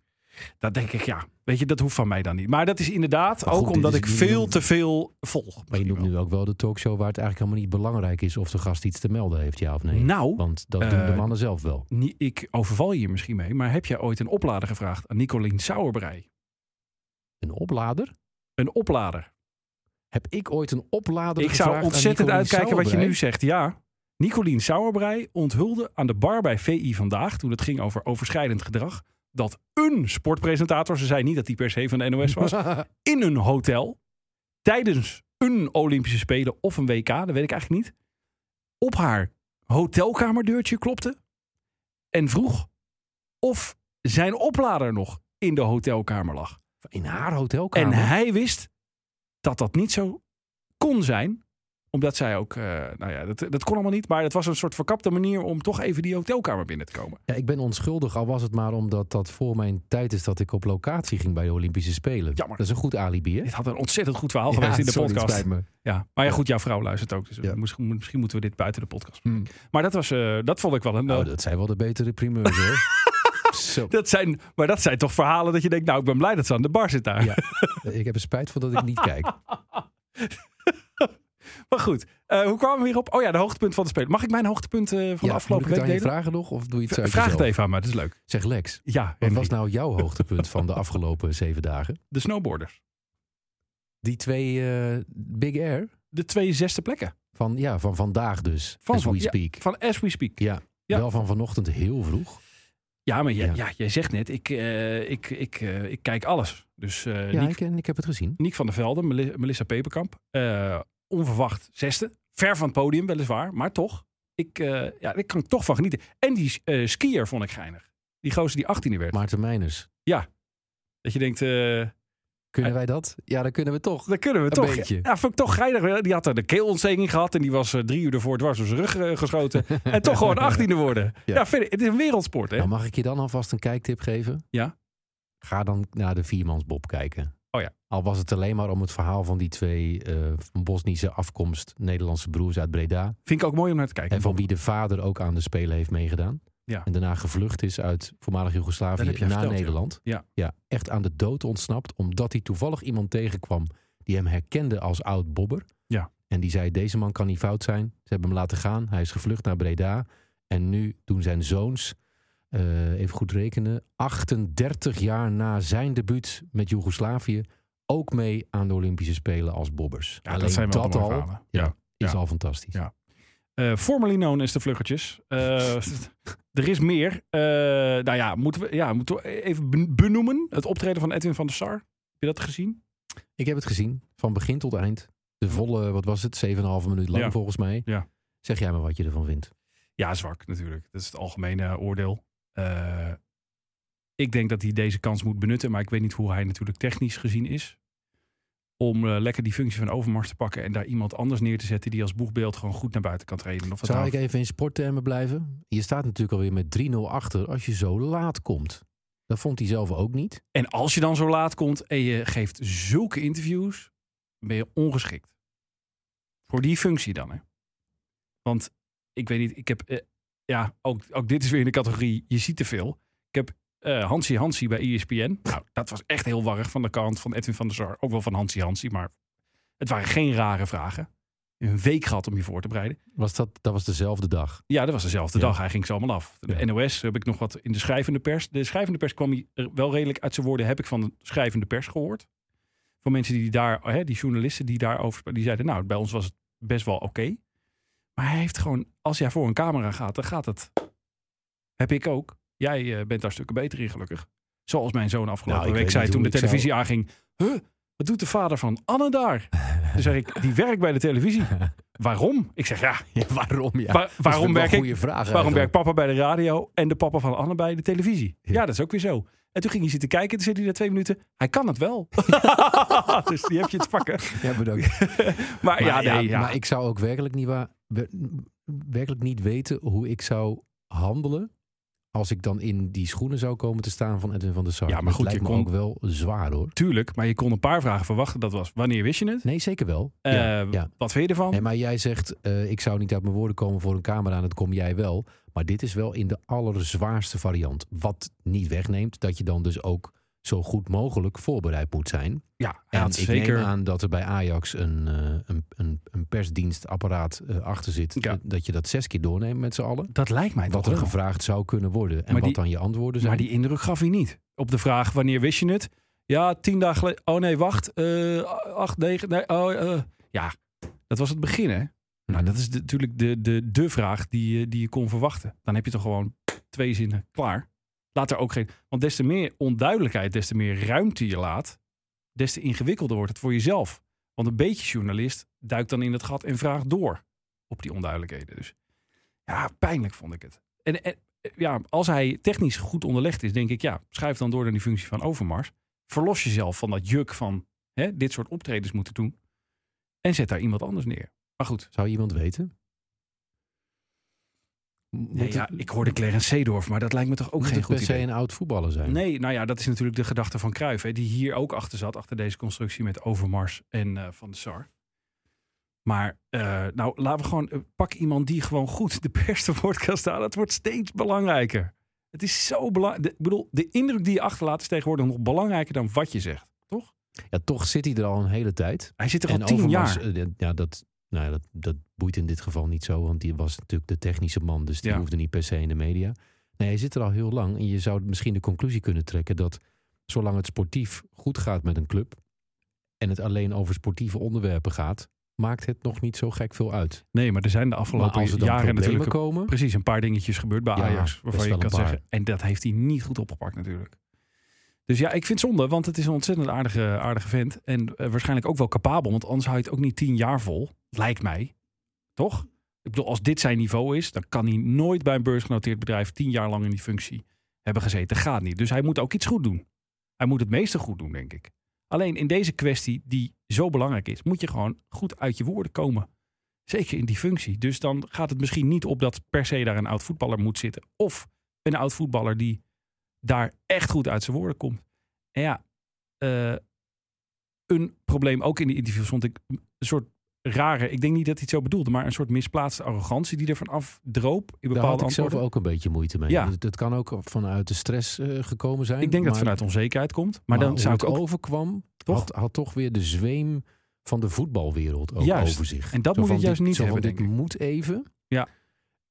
[SPEAKER 3] Dat denk ik, ja. Weet je, dat hoeft van mij dan niet. Maar dat is inderdaad
[SPEAKER 4] Maar
[SPEAKER 3] ook
[SPEAKER 4] goed, dit
[SPEAKER 3] omdat
[SPEAKER 4] is
[SPEAKER 3] ik
[SPEAKER 4] nu-
[SPEAKER 3] veel te veel volg.
[SPEAKER 4] Maar je noemt nu ook wel de talkshow waar het eigenlijk helemaal niet belangrijk is of de gast iets te melden heeft, ja of nee.
[SPEAKER 3] Nou,
[SPEAKER 4] Want dat doen de
[SPEAKER 3] eh,
[SPEAKER 4] mannen zelf wel.
[SPEAKER 3] nie- ik overval je hier misschien mee, maar heb jij ooit een oplader gevraagd aan Nicolien Sauerbrei?
[SPEAKER 4] Een oplader?
[SPEAKER 3] Een oplader.
[SPEAKER 4] Heb ik ooit een oplader
[SPEAKER 3] Ik zou ontzettend uitkijken wat je nu zegt. Ja, Nicolien Sauerbrei onthulde aan de bar bij VI vandaag, toen het ging over overschrijdend gedrag, dat een sportpresentator, ze zei niet dat hij per se van de NOS
[SPEAKER 4] (laughs)
[SPEAKER 3] was, in een hotel, tijdens een Olympische Spelen of een WK, dat weet ik eigenlijk niet, op haar hotelkamerdeurtje klopte en vroeg of zijn oplader nog in de hotelkamer lag.
[SPEAKER 4] In haar hotelkamer?
[SPEAKER 3] En hij wist dat dat niet zo kon zijn. Omdat zij ook, eh, nou ja, dat, dat kon allemaal niet. Maar het was een soort verkapte manier om toch even die hotelkamer binnen te komen.
[SPEAKER 4] Ja, ik ben onschuldig, al was het maar omdat dat voor mijn tijd is dat ik op locatie ging bij de Olympische Spelen.
[SPEAKER 3] Jammer.
[SPEAKER 4] Dat is een goed alibi, hè?
[SPEAKER 3] Dit had een ontzettend goed verhaal
[SPEAKER 4] Ja,
[SPEAKER 3] geweest in de
[SPEAKER 4] sorry, het
[SPEAKER 3] podcast.
[SPEAKER 4] spijt me.
[SPEAKER 3] Ja. Maar ja, goed, jouw vrouw luistert ook. Dus
[SPEAKER 4] Ja.
[SPEAKER 3] misschien, misschien moeten we dit buiten de podcast.
[SPEAKER 4] Hmm.
[SPEAKER 3] Maar dat, was, eh, dat vond ik wel een.
[SPEAKER 4] Nou, dat zijn wel de betere primeurs,
[SPEAKER 3] (laughs)
[SPEAKER 4] hoor. Zo.
[SPEAKER 3] dat zijn, maar dat zijn toch verhalen dat je denkt, nou, ik ben blij dat ze aan de bar zit daar.
[SPEAKER 4] Ja. Ik heb er spijt van dat ik niet kijk.
[SPEAKER 3] Maar goed, eh, hoe kwamen we hierop? Oh ja, de hoogtepunt van de spelen. Mag ik mijn hoogtepunt eh, van de afgelopen
[SPEAKER 4] moet ik
[SPEAKER 3] week
[SPEAKER 4] het aan je
[SPEAKER 3] delen?
[SPEAKER 4] vragen nog? Of doe je het uit
[SPEAKER 3] Vraag het
[SPEAKER 4] jezelf?
[SPEAKER 3] even aan me, dat is leuk.
[SPEAKER 4] Zeg Lex,
[SPEAKER 3] Ja,
[SPEAKER 4] wat
[SPEAKER 3] Henry.
[SPEAKER 4] was nou jouw hoogtepunt van de afgelopen zeven dagen?
[SPEAKER 3] de snowboarders.
[SPEAKER 4] Die twee eh, Big Air
[SPEAKER 3] De twee zesde plekken.
[SPEAKER 4] van, ja, van vandaag dus,
[SPEAKER 3] Van
[SPEAKER 4] as we
[SPEAKER 3] van- ja,
[SPEAKER 4] speak.
[SPEAKER 3] Van As We Speak.
[SPEAKER 4] Ja,
[SPEAKER 3] Ja.
[SPEAKER 4] wel van vanochtend heel vroeg.
[SPEAKER 3] Ja, maar jij,
[SPEAKER 4] Ja.
[SPEAKER 3] ja. jij zegt net, ik, eh, ik, ik, eh, ik kijk alles. Dus eh
[SPEAKER 4] Ja,
[SPEAKER 3] Niek,
[SPEAKER 4] ik, en ik heb het gezien.
[SPEAKER 3] Niek van der Velde, Meli- Melissa Peperkamp, eh, onverwacht zesde. Ver van het podium weliswaar, maar toch. Ik, eh, ja, ik kan er toch van genieten. En die eh, skier vond ik geinig. Die gozer die 18e werd.
[SPEAKER 4] Maarten Meiners,
[SPEAKER 3] Dat je denkt, eh
[SPEAKER 4] kunnen wij dat? Ja, dat kunnen we toch.
[SPEAKER 3] dat kunnen we
[SPEAKER 4] Een
[SPEAKER 3] toch.
[SPEAKER 4] beetje.
[SPEAKER 3] Ja, vond ik toch geinig. Die had eh, de keelontsteking gehad en die was eh, drie uur ervoor dwars door zijn rug eh,
[SPEAKER 4] (laughs)
[SPEAKER 3] geschoten. en toch gewoon 18e worden. Ja,
[SPEAKER 4] Ja.
[SPEAKER 3] vind ik- het is een wereldsport, hè?
[SPEAKER 4] Nou, mag ik je dan alvast een kijktip geven?
[SPEAKER 3] Ja.
[SPEAKER 4] Ga dan naar de Viermansbob kijken.
[SPEAKER 3] Oh ja.
[SPEAKER 4] Al was het alleen maar om het verhaal van die twee eh, van Bosnische afkomst, Nederlandse broers uit Breda.
[SPEAKER 3] Vind ik ook mooi om naar te kijken.
[SPEAKER 4] En van wie de vader ook aan de Spelen heeft meegedaan.
[SPEAKER 3] Ja.
[SPEAKER 4] En daarna gevlucht is uit voormalig Joegoslavië
[SPEAKER 3] Dat
[SPEAKER 4] naar
[SPEAKER 3] heb jij verteld,
[SPEAKER 4] Nederland.
[SPEAKER 3] ja.
[SPEAKER 4] echt aan de dood ontsnapt. Omdat hij toevallig iemand tegenkwam die hem herkende als oud bobber.
[SPEAKER 3] Ja.
[SPEAKER 4] En die zei, deze man kan niet fout zijn. Ze hebben hem laten gaan. Hij is gevlucht naar Breda. En nu doen zijn zoons, eh, even goed rekenen, 38 jaar na zijn debuut met Joegoslavië... ook mee aan de Olympische Spelen als bobbers.
[SPEAKER 3] Ja,
[SPEAKER 4] Alleen
[SPEAKER 3] dat zijn wel
[SPEAKER 4] dat
[SPEAKER 3] mooie
[SPEAKER 4] al
[SPEAKER 3] verhalen.
[SPEAKER 4] ja.
[SPEAKER 3] ja.
[SPEAKER 4] is
[SPEAKER 3] Ja.
[SPEAKER 4] al fantastisch.
[SPEAKER 3] Ja. Eh formerly known as de Vluggertjes. Eh, (laughs) er is meer. Eh, nou ja moeten, we, ja, moeten we even ben- benoemen. Het optreden van Edwin van der Sar. Heb je dat gezien?
[SPEAKER 4] Ik heb het gezien, van begin tot eind. De volle, wat was het, 7,5 minuut lang
[SPEAKER 3] Ja.
[SPEAKER 4] volgens mij.
[SPEAKER 3] Ja.
[SPEAKER 4] Zeg jij maar wat je ervan vindt.
[SPEAKER 3] Ja, zwak natuurlijk. Dat is het algemene oordeel. Eh, ik denk dat hij deze kans moet benutten. Maar ik weet niet hoe hij natuurlijk technisch gezien is. Om eh, lekker die functie van Overmars te pakken. En daar iemand anders neer te zetten die als boegbeeld gewoon goed naar buiten kan treden. Of het
[SPEAKER 4] Zou
[SPEAKER 3] nou-
[SPEAKER 4] ik even in sporttermen blijven? Je staat natuurlijk alweer met 3-0 achter als je zo laat komt. Dat vond hij zelf ook niet.
[SPEAKER 3] En als je dan zo laat komt en je geeft zulke interviews, dan ben je ongeschikt. Voor die functie dan, hè? Want ik weet niet, ik heb... eh, ja, ook, ook dit is weer in de categorie, je ziet te veel. Ik heb eh Hansi Hansi bij ESPN. Nou, dat was echt heel warrig van de kant van Edwin van der Sar. Ook wel van Hansi Hansi, maar het waren geen rare vragen. Een week gehad om je voor te bereiden.
[SPEAKER 4] Was dat, dat was dezelfde dag.
[SPEAKER 3] Ja, dat was dezelfde
[SPEAKER 4] Ja.
[SPEAKER 3] dag. Hij ging ze allemaal af. De
[SPEAKER 4] Ja.
[SPEAKER 3] NOS heb ik nog wat in de schrijvende pers. De schrijvende pers kwam hij er wel redelijk uit zijn woorden. Heb ik van de schrijvende pers gehoord. Van mensen die daar, hè, die journalisten die daarover spraken, die zeiden: Nou, bij ons was het best wel oké. Maar hij heeft gewoon, als jij voor een camera gaat, dan gaat het. Heb ik ook. Jij eh, bent daar stukken beter in, gelukkig. Zoals mijn zoon afgelopen
[SPEAKER 4] Nou, ik
[SPEAKER 3] week
[SPEAKER 4] weet
[SPEAKER 3] zei
[SPEAKER 4] niet
[SPEAKER 3] toen de
[SPEAKER 4] hoe ik zou-
[SPEAKER 3] televisie aanging: Huh, wat doet de vader van Anne
[SPEAKER 4] (laughs)
[SPEAKER 3] daar? Toen zeg ik: Die werkt bij de televisie. Waarom? Ik zeg: (laughs) Ja,
[SPEAKER 4] waarom ja? dus
[SPEAKER 3] Waar- waarom werk ik?
[SPEAKER 4] Goede vraag
[SPEAKER 3] Waarom
[SPEAKER 4] eigenlijk.
[SPEAKER 3] werkt papa bij de radio en de papa van Anne bij de televisie? Ja,
[SPEAKER 4] Ja.
[SPEAKER 3] dat is ook weer zo. En toen ging hij zitten kijken. Toen zit hij daar twee minuten. Hij kan het (laughs) wel. dus die heb je te pakken.
[SPEAKER 4] Ja, bedankt.
[SPEAKER 3] Maar, ja,
[SPEAKER 4] Maar, ja,
[SPEAKER 3] nee, ja.
[SPEAKER 4] maar ik zou ook werkelijk niet, waar, we- werkelijk niet weten hoe ik zou handelen. Als ik dan in die schoenen zou komen te staan van Edwin van der Sar.
[SPEAKER 3] Ja, maar
[SPEAKER 4] Dat
[SPEAKER 3] goed,
[SPEAKER 4] lijkt
[SPEAKER 3] je
[SPEAKER 4] me
[SPEAKER 3] kon-
[SPEAKER 4] ook wel zwaar hoor.
[SPEAKER 3] Tuurlijk, maar je kon een paar vragen verwachten. Dat was, wanneer wist je het?
[SPEAKER 4] Nee, zeker wel.
[SPEAKER 3] Eh,
[SPEAKER 4] ja, ja.
[SPEAKER 3] Wat vind je ervan?
[SPEAKER 4] Nee, maar jij zegt, eh, ik zou niet uit mijn woorden komen voor een camera en dat kom jij wel. Maar dit is wel in de allerzwaarste variant. Wat niet wegneemt dat je dan dus ook zo goed mogelijk voorbereid moet zijn.
[SPEAKER 3] ja, hij
[SPEAKER 4] En
[SPEAKER 3] had
[SPEAKER 4] ik
[SPEAKER 3] zeker...
[SPEAKER 4] neem aan dat er bij Ajax een, eh, een, een, een persdienstapparaat eh, achter zit.
[SPEAKER 3] Ja.
[SPEAKER 4] Dat je dat zes keer doorneemt met z'n allen.
[SPEAKER 3] Dat lijkt mij
[SPEAKER 4] Wat
[SPEAKER 3] toch
[SPEAKER 4] er
[SPEAKER 3] wel.
[SPEAKER 4] gevraagd zou kunnen worden. En
[SPEAKER 3] Maar
[SPEAKER 4] wat
[SPEAKER 3] die-
[SPEAKER 4] dan je antwoorden zijn.
[SPEAKER 3] Maar die indruk gaf hij niet. Op de vraag, wanneer wist je het? Ja, tien dagen geleden. Oh nee, wacht. Eh, acht, negen. Nee, oh, eh. ja, dat was het begin hè. Nou, dat is de- natuurlijk de, de, de vraag die, je- die je kon verwachten. Dan heb je toch gewoon twee zinnen klaar. Laat er ook geen... Want des te meer onduidelijkheid, des te meer ruimte je laat... des te ingewikkelder wordt het voor jezelf. Want een beetje journalist duikt dan in het gat en vraagt door op die onduidelijkheden. Dus ja, pijnlijk vond ik het. En, en ja, als hij technisch goed onderlegd is, denk ik, ja, schuif dan door naar die functie van Overmars. Verlos jezelf van dat juk van hè, dit soort optredens moeten doen. En zet daar iemand anders neer. Maar goed,
[SPEAKER 4] Zou iemand weten?
[SPEAKER 3] nee,
[SPEAKER 4] Moet
[SPEAKER 3] ja,
[SPEAKER 4] het-
[SPEAKER 3] ik hoorde Clarence Seedorf, maar dat lijkt me toch ook
[SPEAKER 4] moet
[SPEAKER 3] geen
[SPEAKER 4] het
[SPEAKER 3] goed
[SPEAKER 4] per se
[SPEAKER 3] idee.
[SPEAKER 4] een oud voetballer zijn?
[SPEAKER 3] Nee, nou ja, dat is natuurlijk de gedachte van Cruijff, hè, die hier ook achter zat, achter deze constructie met Overmars en eh, Van de Sar. Maar eh, nou, laten we gewoon, eh, pak iemand die gewoon goed de pers te woord kan staan. Dat wordt steeds belangrijker. Het is zo belangrijk. Ik bedoel, de indruk die je achterlaat is tegenwoordig nog belangrijker dan wat je zegt.
[SPEAKER 4] Ja, toch zit hij er al een hele tijd.
[SPEAKER 3] Hij zit er al
[SPEAKER 4] en
[SPEAKER 3] tien
[SPEAKER 4] Overmars,
[SPEAKER 3] jaar.
[SPEAKER 4] eh, de- ja, dat, nou ja, dat, dat boeit in dit geval niet zo, want die was natuurlijk de technische man, dus die
[SPEAKER 3] Ja.
[SPEAKER 4] hoefde niet per se in de media. Nee, hij zit er al heel lang en je zou misschien de conclusie kunnen trekken dat zolang het sportief goed gaat met een club en het alleen over sportieve onderwerpen gaat, maakt het nog niet zo gek veel uit.
[SPEAKER 3] Nee, maar er zijn de
[SPEAKER 4] Maar
[SPEAKER 3] afgelopen
[SPEAKER 4] als er dan
[SPEAKER 3] jaren
[SPEAKER 4] problemen
[SPEAKER 3] natuurlijk
[SPEAKER 4] komen,
[SPEAKER 3] precies een paar dingetjes gebeurd bij
[SPEAKER 4] Ja,
[SPEAKER 3] Ajax.
[SPEAKER 4] best
[SPEAKER 3] Waarvan je
[SPEAKER 4] wel
[SPEAKER 3] kan
[SPEAKER 4] een paar.
[SPEAKER 3] zeggen. En dat heeft hij niet goed opgepakt natuurlijk. Dus ja, ik vind het zonde, want het is een ontzettend aardige, aardige vent. En eh, waarschijnlijk ook wel capabel, want anders hou je het ook niet tien jaar vol. Lijkt mij. Toch? Ik bedoel, als dit zijn niveau is, dan kan hij nooit bij een beursgenoteerd bedrijf tien jaar lang in die functie hebben gezeten. Gaat niet. Dus hij moet ook iets goed doen. Hij moet het meeste goed doen, denk ik. Alleen in deze kwestie, die zo belangrijk is, moet je gewoon goed uit je woorden komen. Zeker in die functie. Dus dan gaat het misschien niet op dat per se daar een oud voetballer moet zitten. Of een oud voetballer die daar echt goed uit zijn woorden komt. En ja, eh, een probleem ook in die interviews vond ik een soort rare. Ik denk niet dat hij het zo bedoelde, maar een soort misplaatste arrogantie die ervan afdroop in
[SPEAKER 4] daar
[SPEAKER 3] bepaalde
[SPEAKER 4] had ik zelf
[SPEAKER 3] antwoorden.
[SPEAKER 4] ook een beetje moeite mee.
[SPEAKER 3] Ja.
[SPEAKER 4] Dat, dat kan ook vanuit de stress eh, gekomen zijn.
[SPEAKER 3] Ik denk dat het
[SPEAKER 4] maar-
[SPEAKER 3] vanuit onzekerheid komt. Maar, dan
[SPEAKER 4] hoe
[SPEAKER 3] zou ik
[SPEAKER 4] het
[SPEAKER 3] ook.
[SPEAKER 4] overkwam,
[SPEAKER 3] Toch?
[SPEAKER 4] Had, had toch weer de zweem van de voetbalwereld ook
[SPEAKER 3] Juist.
[SPEAKER 4] over zich.
[SPEAKER 3] En dat
[SPEAKER 4] Zo
[SPEAKER 3] moet je
[SPEAKER 4] van,
[SPEAKER 3] juist
[SPEAKER 4] dit-
[SPEAKER 3] niet
[SPEAKER 4] zo van,
[SPEAKER 3] hebben,
[SPEAKER 4] Dit
[SPEAKER 3] denk
[SPEAKER 4] moet even.
[SPEAKER 3] Ja.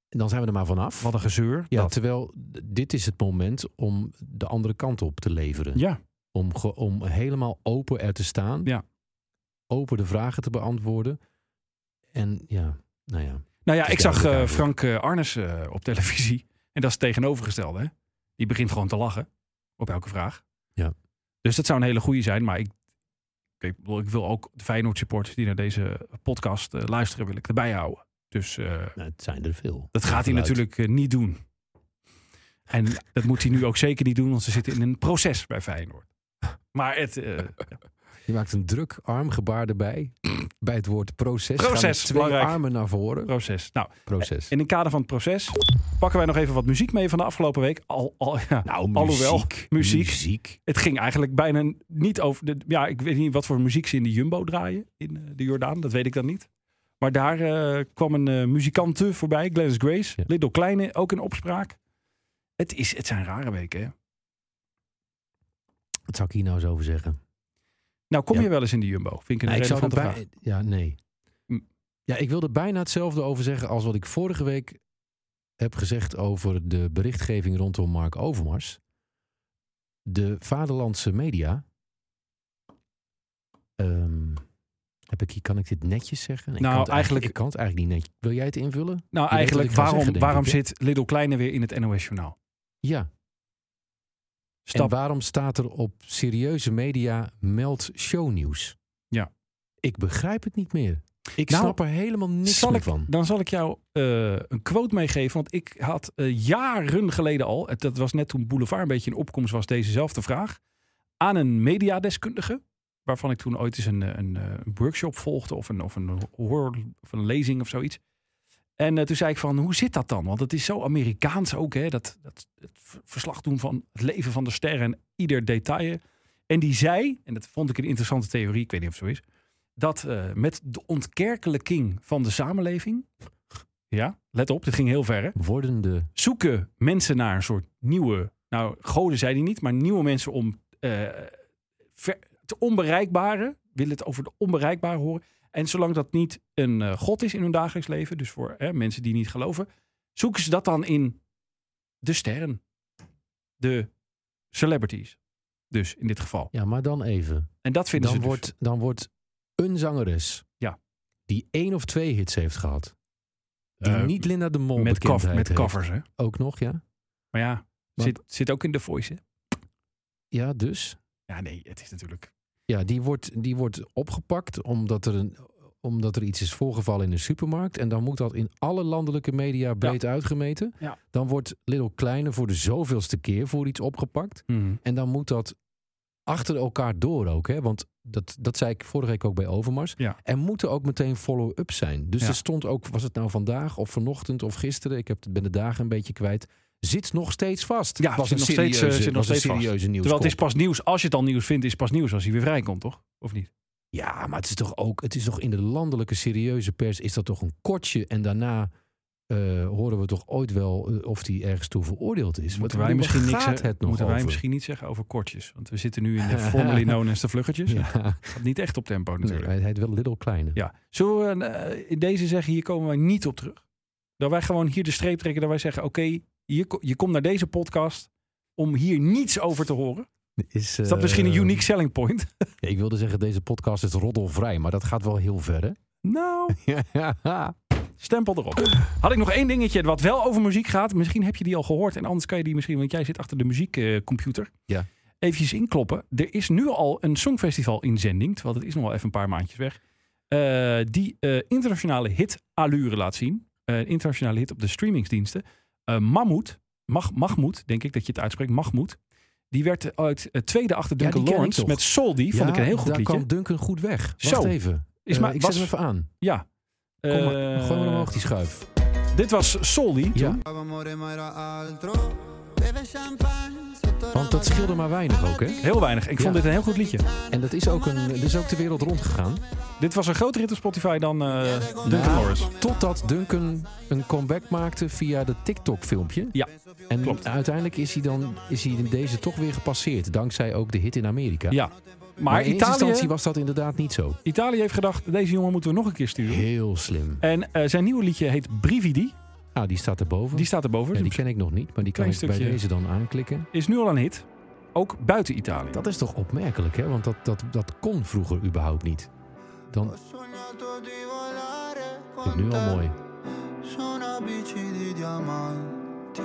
[SPEAKER 4] En dan zijn we er maar vanaf.
[SPEAKER 3] Wat een gezeur.
[SPEAKER 4] ja,
[SPEAKER 3] dat.
[SPEAKER 4] terwijl d- dit is het moment om de andere kant op te leveren.
[SPEAKER 3] ja.
[SPEAKER 4] Om, ge- om helemaal open er te staan.
[SPEAKER 3] Ja.
[SPEAKER 4] Open de vragen te beantwoorden. En ja, nou ja.
[SPEAKER 3] Nou ja,
[SPEAKER 4] Het is
[SPEAKER 3] ik zag eh,
[SPEAKER 4] duidelijk
[SPEAKER 3] Frank eh, Arnes eh, op televisie. En dat is het tegenovergestelde. Hè? Die begint gewoon te lachen op elke vraag.
[SPEAKER 4] Ja.
[SPEAKER 3] Dus dat zou een hele goede zijn. Maar ik, ik, wil- ik wil ook de Feyenoord supporters die naar deze podcast eh, luisteren, wil ik erbij houden. Dus eh,
[SPEAKER 4] nou, het zijn er veel.
[SPEAKER 3] dat gaat hij
[SPEAKER 4] Vanuit.
[SPEAKER 3] natuurlijk eh, niet doen. En dat moet hij nu ook zeker niet doen, want ze zitten in een proces bij Feyenoord. Maar het, eh,
[SPEAKER 4] Je maakt een druk armgebaar erbij. (clears throat) Bij het woord proces. gaan
[SPEAKER 3] Proces,
[SPEAKER 4] de twee
[SPEAKER 3] belangrijk.
[SPEAKER 4] armen naar voren.
[SPEAKER 3] proces. Nou,
[SPEAKER 4] Proces.
[SPEAKER 3] in het kader van het proces pakken wij nog even wat muziek mee van de afgelopen week. Al, al, ja.
[SPEAKER 4] Nou,
[SPEAKER 3] Alhoewel, muziek.
[SPEAKER 4] muziek.
[SPEAKER 3] Het ging eigenlijk bijna niet over. De, ja, ik weet niet wat voor muziek ze in de Jumbo draaien. In eh, de Jordaan, dat weet ik dan niet. Maar daar eh, kwam een eh, muzikante voorbij, Glennis Grace.
[SPEAKER 4] Ja.
[SPEAKER 3] Little Kleine, ook in opspraak. Het, is, het zijn rare weken, hè?
[SPEAKER 4] Wat zou ik hier nou eens over zeggen?
[SPEAKER 3] Nou, kom
[SPEAKER 4] Ja.
[SPEAKER 3] je wel eens in de Jumbo? Vind ik een
[SPEAKER 4] Nee, ik zou er
[SPEAKER 3] relevante vraag.
[SPEAKER 4] bij- Ja, nee.
[SPEAKER 3] Hm.
[SPEAKER 4] Ja, ik wilde bijna hetzelfde over zeggen als wat ik vorige week heb gezegd over de berichtgeving rondom Mark Overmars. De vaderlandse media. Ehm, heb ik hier, kan ik dit netjes zeggen? Ik
[SPEAKER 3] Nou,
[SPEAKER 4] kan het
[SPEAKER 3] eigenlijk-
[SPEAKER 4] ik kan het eigenlijk niet netjes. Wil jij het invullen?
[SPEAKER 3] Nou,
[SPEAKER 4] wat
[SPEAKER 3] eigenlijk,
[SPEAKER 4] ik wou
[SPEAKER 3] waarom,
[SPEAKER 4] zeggen, denk
[SPEAKER 3] waarom
[SPEAKER 4] ik, hè?
[SPEAKER 3] zit Little Kleine weer in het NOS-journaal?
[SPEAKER 4] Ja.
[SPEAKER 3] Stap.
[SPEAKER 4] En waarom staat er op serieuze media meld shownieuws?
[SPEAKER 3] Ja.
[SPEAKER 4] Ik begrijp het niet meer. Ik
[SPEAKER 3] Nou,
[SPEAKER 4] snap er helemaal niks
[SPEAKER 3] zal
[SPEAKER 4] meer
[SPEAKER 3] ik,
[SPEAKER 4] van.
[SPEAKER 3] Dan zal ik jou eh, een quote meegeven. Want ik had eh, jaren geleden al, het- dat was net toen Boulevard een beetje in opkomst was, dezezelfde vraag. Aan een mediadeskundige, waarvan ik toen ooit eens een, eh, een, eh, een workshop volgde of een, of, een hoor, of een lezing of zoiets. En eh, toen zei ik van, hoe zit dat dan? Want het is zo Amerikaans ook, hè? Dat, dat, het v- verslag doen van het leven van de sterren en ieder detail. En die zei, en dat vond ik een interessante theorie, ik weet niet of het zo is dat eh, met de ontkerkelijking van de samenleving. Ja, let op, dit ging heel ver. Hè,
[SPEAKER 4] Worden de...
[SPEAKER 3] zoeken mensen naar een soort nieuwe. Nou, goden zei hij niet, maar nieuwe mensen om eh, ver- het onbereikbare. Willen het over de onbereikbare horen. En zolang dat niet een eh, god is in hun dagelijks leven, dus voor eh, mensen die niet geloven, zoeken ze dat dan in de sterren, de celebrities. Dus in dit geval.
[SPEAKER 4] Ja, maar dan even.
[SPEAKER 3] En dat vinden
[SPEAKER 4] Dan,
[SPEAKER 3] ze dus-
[SPEAKER 4] wordt, dan wordt een zangeres...
[SPEAKER 3] Ja.
[SPEAKER 4] die één of twee hits heeft gehad... die
[SPEAKER 3] Eh,
[SPEAKER 4] niet Linda de Mol
[SPEAKER 3] met, cover-
[SPEAKER 4] bekendheid
[SPEAKER 3] met
[SPEAKER 4] heeft.
[SPEAKER 3] covers. Hè?
[SPEAKER 4] Ook nog, ja.
[SPEAKER 3] Maar ja,
[SPEAKER 4] Maar-
[SPEAKER 3] zit, zit ook in de voice. Hè?
[SPEAKER 4] Ja, dus.
[SPEAKER 3] Ja, nee, het is natuurlijk.
[SPEAKER 4] Ja, die wordt, die wordt opgepakt omdat er, een, omdat er iets is voorgevallen in de supermarkt. En dan moet dat in alle landelijke media breed uitgemeten.
[SPEAKER 3] Ja.
[SPEAKER 4] Dan wordt Little Kleine voor de zoveelste keer voor iets opgepakt.
[SPEAKER 3] Mhm.
[SPEAKER 4] En dan moet dat achter elkaar door ook. Hè? Want dat, dat zei ik vorige week ook bij Overmars.
[SPEAKER 3] Ja.
[SPEAKER 4] Er moeten ook meteen follow-up zijn. Dus
[SPEAKER 3] Ja.
[SPEAKER 4] er stond ook, was het nou vandaag of vanochtend of gisteren? Ik heb, ben de dagen een beetje kwijt. Zit nog steeds vast.
[SPEAKER 3] Ja,
[SPEAKER 4] was
[SPEAKER 3] zit
[SPEAKER 4] een
[SPEAKER 3] nog steeds, eh,
[SPEAKER 4] serieuze-
[SPEAKER 3] zit nog
[SPEAKER 4] was een
[SPEAKER 3] steeds vast.
[SPEAKER 4] serieuze nieuws.
[SPEAKER 3] Terwijl het is pas nieuws, als je het al nieuws vindt, is het pas nieuws als hij weer vrijkomt, toch? Of niet?
[SPEAKER 4] Ja, maar het is toch ook, het is toch in de landelijke serieuze pers is dat toch een kortje en daarna eh, horen we toch ooit wel eh, of die ergens toe veroordeeld is.
[SPEAKER 3] moeten
[SPEAKER 4] Wat-
[SPEAKER 3] wij misschien
[SPEAKER 4] waar
[SPEAKER 3] niks
[SPEAKER 4] gaat
[SPEAKER 3] zeggen-
[SPEAKER 4] het nog
[SPEAKER 3] moeten wij
[SPEAKER 4] over?
[SPEAKER 3] misschien niet zeggen over kortjes. Want we zitten nu in
[SPEAKER 4] (laughs)
[SPEAKER 3] de formerly known as de vluggetjes. Het
[SPEAKER 4] Ja,
[SPEAKER 3] gaat niet echt op tempo
[SPEAKER 4] nee,
[SPEAKER 3] natuurlijk.
[SPEAKER 4] hij heet wel Little Kleine.
[SPEAKER 3] Ja. Zullen we eh, in deze zeggen, hier komen wij niet op terug? Dat wij gewoon hier de streep trekken, dat wij zeggen, oké, hier ko- je komt naar deze podcast om hier niets over te horen.
[SPEAKER 4] Is,
[SPEAKER 3] Is dat misschien een
[SPEAKER 4] eh,
[SPEAKER 3] unique selling point?
[SPEAKER 4] Ja, ik wilde zeggen, deze podcast is roddelvrij, maar dat gaat wel heel ver, hè?
[SPEAKER 3] Nou,
[SPEAKER 4] (laughs) Ja,
[SPEAKER 3] Stempel erop. Had ik nog één dingetje wat wel over muziek gaat. Misschien heb je die al gehoord. En anders kan je die misschien, want jij zit achter de muziekcomputer.
[SPEAKER 4] Eh, Ja.
[SPEAKER 3] Eventjes inkloppen. Er is nu al een songfestival in zending. Terwijl het is nog wel even een paar maandjes weg. eh, die eh, internationale hit allure laat zien. Eh, Een internationale hit op de streamingsdiensten. Eh Mahmoud, Mag, Mahmoud, denk ik dat je het uitspreekt. Mahmoud. Die werd uit het tweede achter
[SPEAKER 4] Ja, die
[SPEAKER 3] Duncan
[SPEAKER 4] ken ik
[SPEAKER 3] Lawrence
[SPEAKER 4] toch.
[SPEAKER 3] met Sol. Die vond ik een heel goed
[SPEAKER 4] daar
[SPEAKER 3] liedje.
[SPEAKER 4] kwam Duncan goed weg.
[SPEAKER 3] Zo.
[SPEAKER 4] Wacht even.
[SPEAKER 3] Is
[SPEAKER 4] Eh,
[SPEAKER 3] maar-
[SPEAKER 4] ik
[SPEAKER 3] was-
[SPEAKER 4] zet hem even aan.
[SPEAKER 3] Ja.
[SPEAKER 4] Kom maar,
[SPEAKER 3] Eh,
[SPEAKER 4] gooi maar omhoog die schuif.
[SPEAKER 3] Dit was Soldi.
[SPEAKER 4] Ja.
[SPEAKER 5] Amore ma era altro. Beve champagne, sotto
[SPEAKER 4] Want dat scheelde maar weinig ook, hè?
[SPEAKER 3] Heel weinig. Ik
[SPEAKER 4] Ja.
[SPEAKER 3] vond dit een heel goed liedje.
[SPEAKER 4] En dat is ook, een, dat is ook de wereld rondgegaan.
[SPEAKER 3] Dit was een grotere hit op Spotify dan eh Duncan
[SPEAKER 4] Ja,
[SPEAKER 3] Lawrence.
[SPEAKER 4] Totdat Duncan een comeback maakte via de TikTok-filmpje.
[SPEAKER 3] Ja,
[SPEAKER 4] en
[SPEAKER 3] klopt.
[SPEAKER 4] uiteindelijk is hij, dan, is hij in deze toch weer gepasseerd. Dankzij ook de hit in Amerika.
[SPEAKER 3] Ja. Maar,
[SPEAKER 4] Maar in eerste
[SPEAKER 3] Italië,
[SPEAKER 4] instantie was dat inderdaad niet zo.
[SPEAKER 3] Italië heeft gedacht, deze jongen moeten we nog een keer sturen.
[SPEAKER 4] Heel slim.
[SPEAKER 3] En eh, zijn nieuwe liedje heet Brividi.
[SPEAKER 4] Ah, die staat erboven.
[SPEAKER 3] Die staat erboven.
[SPEAKER 4] Ja, die
[SPEAKER 3] Dus
[SPEAKER 4] ken ik nog niet, maar die kan
[SPEAKER 3] Klein
[SPEAKER 4] ik bij
[SPEAKER 3] stukje.
[SPEAKER 4] deze dan aanklikken.
[SPEAKER 3] Is nu al een hit. Ook buiten Italië.
[SPEAKER 4] Dat is toch opmerkelijk, hè? Want dat, dat, dat kon vroeger überhaupt niet. Dan
[SPEAKER 5] Ho sognato di volare
[SPEAKER 4] is
[SPEAKER 5] con
[SPEAKER 4] nu al
[SPEAKER 5] te
[SPEAKER 4] mooi.
[SPEAKER 5] su una bici di diamanti.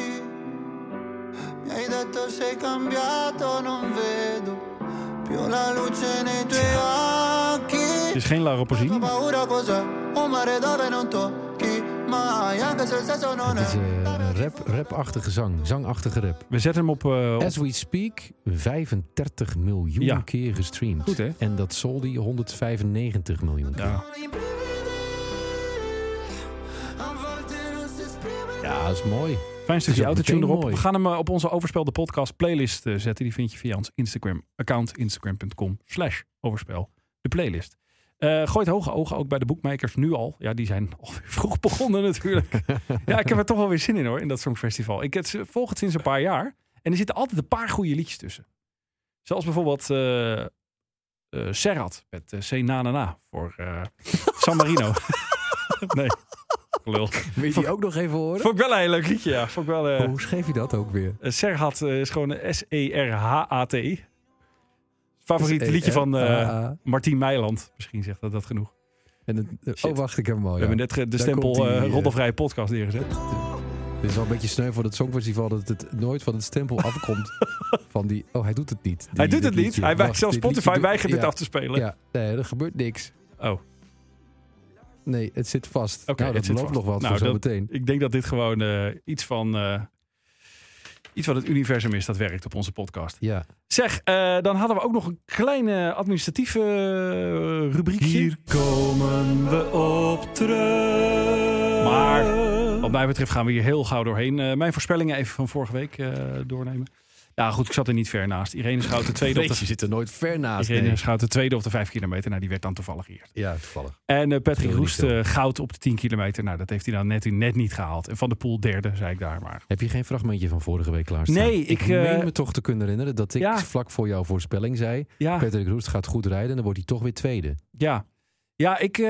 [SPEAKER 5] Mi hai detto sei cambiato, non vedo più la luce nei tuoi
[SPEAKER 3] Het
[SPEAKER 5] occhi.
[SPEAKER 3] is geen Laura
[SPEAKER 5] La tua
[SPEAKER 3] Pausini.
[SPEAKER 5] paura cos'è? Un mare dove non tocchi mai, anche se il senso non
[SPEAKER 4] Het is
[SPEAKER 5] è.
[SPEAKER 4] eh, een rap, rapachtige zang, zangachtige rap.
[SPEAKER 3] We zetten hem op... eh, op-
[SPEAKER 4] As we speak, 35 miljoen
[SPEAKER 3] Ja.
[SPEAKER 4] keer gestreamd.
[SPEAKER 3] Goed, hè?
[SPEAKER 4] En dat soldi 195 miljoen keer.
[SPEAKER 3] Ja.
[SPEAKER 5] A volte non si esprime
[SPEAKER 4] Ja, dat is mooi.
[SPEAKER 3] Fijn stukje
[SPEAKER 4] ook
[SPEAKER 3] autotune
[SPEAKER 4] meteen
[SPEAKER 3] erop.
[SPEAKER 4] mooi.
[SPEAKER 3] We gaan hem eh, op onze Overspel de podcast playlist eh, zetten. Die vind je via ons Instagram account. Instagram.com slash overspel de playlist. Eh, gooit hoge ogen ook bij de boekmakers nu al. Ja, die zijn (laughs) alweer vroeg begonnen natuurlijk. ja, ik heb er toch wel weer zin in hoor, in dat Songfestival. Ik het, ze- volg het sinds een paar jaar. En er zitten altijd een paar goede liedjes tussen. Zoals bijvoorbeeld eh eh, Serrat met eh, C na na na voor eh, San Marino. (laughs) nee, lul.
[SPEAKER 4] Wil je die ook nog even horen?
[SPEAKER 3] Vond ik wel een heel leuk liedje, ja. Vond ik wel... eh,
[SPEAKER 4] Oh, Hoe schreef je dat ook weer?
[SPEAKER 3] eh, Serhat eh, is gewoon een S-E-R-H-A-T.
[SPEAKER 4] E
[SPEAKER 3] Favoriet liedje van eh, Martien Meiland. Misschien zegt dat dat genoeg.
[SPEAKER 4] en
[SPEAKER 3] shit. oh,
[SPEAKER 4] wacht, ik heb hem al.
[SPEAKER 3] We hebben net ge- de
[SPEAKER 4] Daar
[SPEAKER 3] stempel
[SPEAKER 4] komt
[SPEAKER 3] eh
[SPEAKER 4] die, eh,
[SPEAKER 3] roddelvrije podcast neergezet.
[SPEAKER 4] Het is wel een beetje sneu voor het Songfestival dat het nooit van het stempel
[SPEAKER 3] (laughs)
[SPEAKER 4] afkomt. van die, oh, hij doet het niet. Die-
[SPEAKER 3] hij doet
[SPEAKER 4] dit
[SPEAKER 3] het niet.
[SPEAKER 4] liedje.
[SPEAKER 3] Hij, wij-
[SPEAKER 4] Wacht,
[SPEAKER 3] zelfs
[SPEAKER 4] dit liedje
[SPEAKER 3] Spotify
[SPEAKER 4] doet-
[SPEAKER 3] weigert dit
[SPEAKER 4] ja,
[SPEAKER 3] af te spelen.
[SPEAKER 4] Ja, nee, er gebeurt niks.
[SPEAKER 3] Oh.
[SPEAKER 4] Nee, het zit vast.
[SPEAKER 3] Oké,
[SPEAKER 4] nou,
[SPEAKER 3] het
[SPEAKER 4] dat
[SPEAKER 3] zit
[SPEAKER 4] belooft
[SPEAKER 3] vast.
[SPEAKER 4] nog wat
[SPEAKER 3] Nou,
[SPEAKER 4] voor
[SPEAKER 3] dat-
[SPEAKER 4] zometeen.
[SPEAKER 3] Ik denk dat dit gewoon eh, iets, van, eh, iets van het universum is dat werkt op onze podcast.
[SPEAKER 4] Ja.
[SPEAKER 3] Zeg, eh, dan hadden we ook nog een kleine administratieve eh, rubriekje.
[SPEAKER 4] komen we op terug.
[SPEAKER 3] Maar wat mij betreft gaan we hier heel gauw doorheen. Eh, mijn voorspellingen even van vorige week eh, doornemen. Ja, goed, ik zat er niet ver naast. Irene Schout
[SPEAKER 4] (laughs)
[SPEAKER 3] de tweede, op
[SPEAKER 4] je
[SPEAKER 3] de,
[SPEAKER 4] zit er nooit ver naast.
[SPEAKER 3] Irene
[SPEAKER 4] nee.
[SPEAKER 3] Schout de tweede op de vijf kilometer. Nou, die werd dan toevallig hier.
[SPEAKER 4] Ja, toevallig.
[SPEAKER 3] En eh, Patrick
[SPEAKER 4] Heel
[SPEAKER 3] Roest
[SPEAKER 4] niet zo.
[SPEAKER 3] eh, goud op de 10 kilometer. Nou, dat heeft hij dan net, net niet gehaald. En Van de Poel derde, zei ik daar maar.
[SPEAKER 4] Heb je geen fragmentje van vorige week klaarstaan?
[SPEAKER 3] Nee, ik, eh,
[SPEAKER 4] Ik meen me toch te kunnen herinneren dat ik
[SPEAKER 3] ja.
[SPEAKER 4] vlak voor jouw voorspelling zei...
[SPEAKER 3] Ja,
[SPEAKER 4] Patrick Roest gaat goed rijden en dan wordt hij toch weer tweede.
[SPEAKER 3] ja. Ja, ik, eh,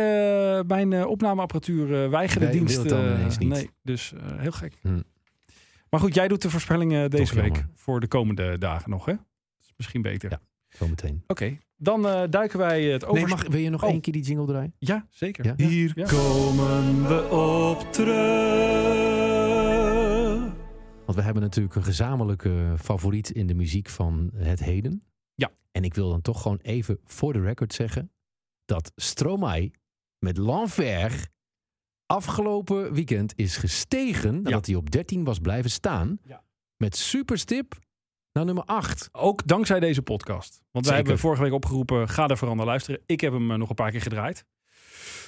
[SPEAKER 3] mijn eh, opnameapparatuur eh, weigerde
[SPEAKER 4] Nee,
[SPEAKER 3] dienst.
[SPEAKER 4] wil het dan
[SPEAKER 3] eh,
[SPEAKER 4] ineens niet.
[SPEAKER 3] Nee, dus eh, heel gek.
[SPEAKER 4] Hm.
[SPEAKER 3] Maar goed, jij doet de voorspellingen eh, deze
[SPEAKER 4] Toch
[SPEAKER 3] week
[SPEAKER 4] jammer.
[SPEAKER 3] voor de komende dagen nog, hè? Dat is misschien beter.
[SPEAKER 4] Ja. Zometeen.
[SPEAKER 3] Oké, dan eh, duiken wij het over.
[SPEAKER 4] Nee, mag, wil je nog
[SPEAKER 3] Oh.
[SPEAKER 4] één keer die jingle draaien?
[SPEAKER 3] Ja, zeker.
[SPEAKER 4] Ja?
[SPEAKER 3] Hier komen we op terug.
[SPEAKER 4] Want we hebben natuurlijk een gezamenlijke favoriet in de muziek van het heden.
[SPEAKER 3] Ja.
[SPEAKER 4] En ik wil dan toch gewoon even voor de record zeggen dat Stromae met L'Enfer afgelopen weekend is gestegen nadat hij op 13 was blijven staan.
[SPEAKER 3] Ja.
[SPEAKER 4] Met superstip naar nummer 8.
[SPEAKER 3] Ook dankzij deze podcast. Want wij
[SPEAKER 4] Zeker.
[SPEAKER 3] hebben vorige week opgeroepen, ga daar vooral naar luisteren. Ik heb hem eh, nog een paar keer gedraaid.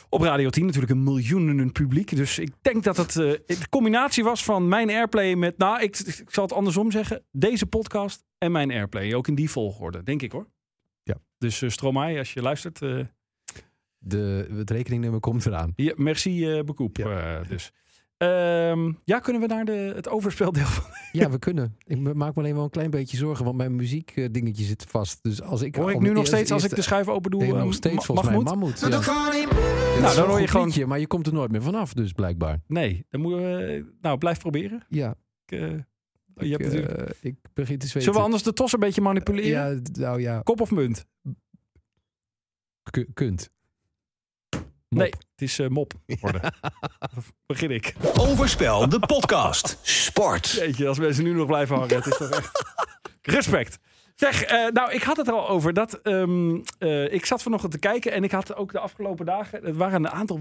[SPEAKER 3] Op Radio 10 natuurlijk een miljoenen publiek. Dus ik denk dat het eh, de combinatie was van mijn airplay met... Nou, ik, ik zal het andersom zeggen. Deze podcast en mijn airplay. Ook in die volgorde, denk ik hoor.
[SPEAKER 4] Ja.
[SPEAKER 3] Dus eh, Stromae, als je luistert... eh,
[SPEAKER 4] De, het rekeningnummer komt eraan.
[SPEAKER 3] Ja, merci eh Bekoep. eh, dus. Ehm, ja, kunnen we naar de, het overspeldeel van...
[SPEAKER 4] Ja, we kunnen. Ik ma- maak me alleen wel een klein beetje zorgen, want mijn muziekdingetje zit vast. Dus als ik,
[SPEAKER 3] Hoor ik
[SPEAKER 4] om
[SPEAKER 3] nu
[SPEAKER 4] het
[SPEAKER 3] nog
[SPEAKER 4] eerst-
[SPEAKER 3] steeds, als ik de
[SPEAKER 4] eerst-
[SPEAKER 3] schuif open doe...
[SPEAKER 4] Nee,
[SPEAKER 3] eh,
[SPEAKER 4] nog steeds
[SPEAKER 3] Ma-
[SPEAKER 4] volgens mij
[SPEAKER 3] Mahmoud?
[SPEAKER 4] Mammoet. Ja.
[SPEAKER 3] Nou, dan hoor je gewoon...
[SPEAKER 4] Liedje, maar je komt er nooit meer vanaf, dus blijkbaar.
[SPEAKER 3] Nee, dan moeten we... Nou, blijf proberen.
[SPEAKER 4] Ja,
[SPEAKER 3] Ik, eh, je
[SPEAKER 4] ik,
[SPEAKER 3] hebt natuurlijk...
[SPEAKER 4] eh, ik begin te zweten.
[SPEAKER 3] Zullen we anders de tos een beetje manipuleren?
[SPEAKER 4] Ja, d- nou ja,
[SPEAKER 3] Kop of munt?
[SPEAKER 4] k- kunt.
[SPEAKER 3] Nee, het is eh, mop
[SPEAKER 4] (laughs)
[SPEAKER 3] worden. Begin ik.
[SPEAKER 1] Overspel, de podcast.
[SPEAKER 2] Sport.
[SPEAKER 3] Jeetje, als mensen nu nog blijven hangen. Het is toch echt...
[SPEAKER 4] (laughs)
[SPEAKER 3] Respect. Zeg, eh, nou, ik had het er al over. Dat, ehm, eh, ik zat vanochtend te kijken en ik had ook de afgelopen dagen... Er waren een aantal...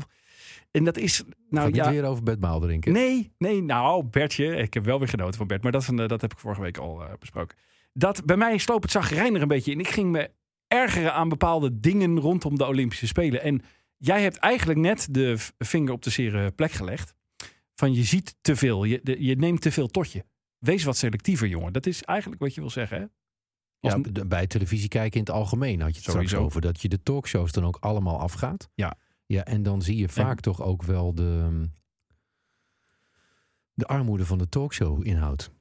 [SPEAKER 3] En dat is...
[SPEAKER 4] Ga
[SPEAKER 3] Nou
[SPEAKER 4] niet
[SPEAKER 3] ja,
[SPEAKER 4] weer over bedmaal drinken.
[SPEAKER 3] nee, nee, nou, Bertje. Ik heb wel weer genoten van Bert. Maar dat, is een, eh, dat heb ik vorige week al eh, besproken. Dat bij mij sloop het zagrijn er een beetje in. Ik ging me ergeren aan bepaalde dingen rondom de Olympische Spelen. En jij hebt eigenlijk net de v- vinger op de zere plek gelegd. Van je ziet te veel. Je, de- je neemt te veel tot je. Wees wat selectiever, jongen. Dat is eigenlijk wat je wil zeggen, hè? Als
[SPEAKER 4] Ja,
[SPEAKER 3] m-
[SPEAKER 4] d- bij televisie kijken in het algemeen had je het straks
[SPEAKER 3] Sowieso.
[SPEAKER 4] over. Dat je de talkshows dan ook allemaal afgaat.
[SPEAKER 3] Ja.
[SPEAKER 4] ja en dan zie je vaak toch ook wel de, mm, de armoede van de talkshow-inhoud.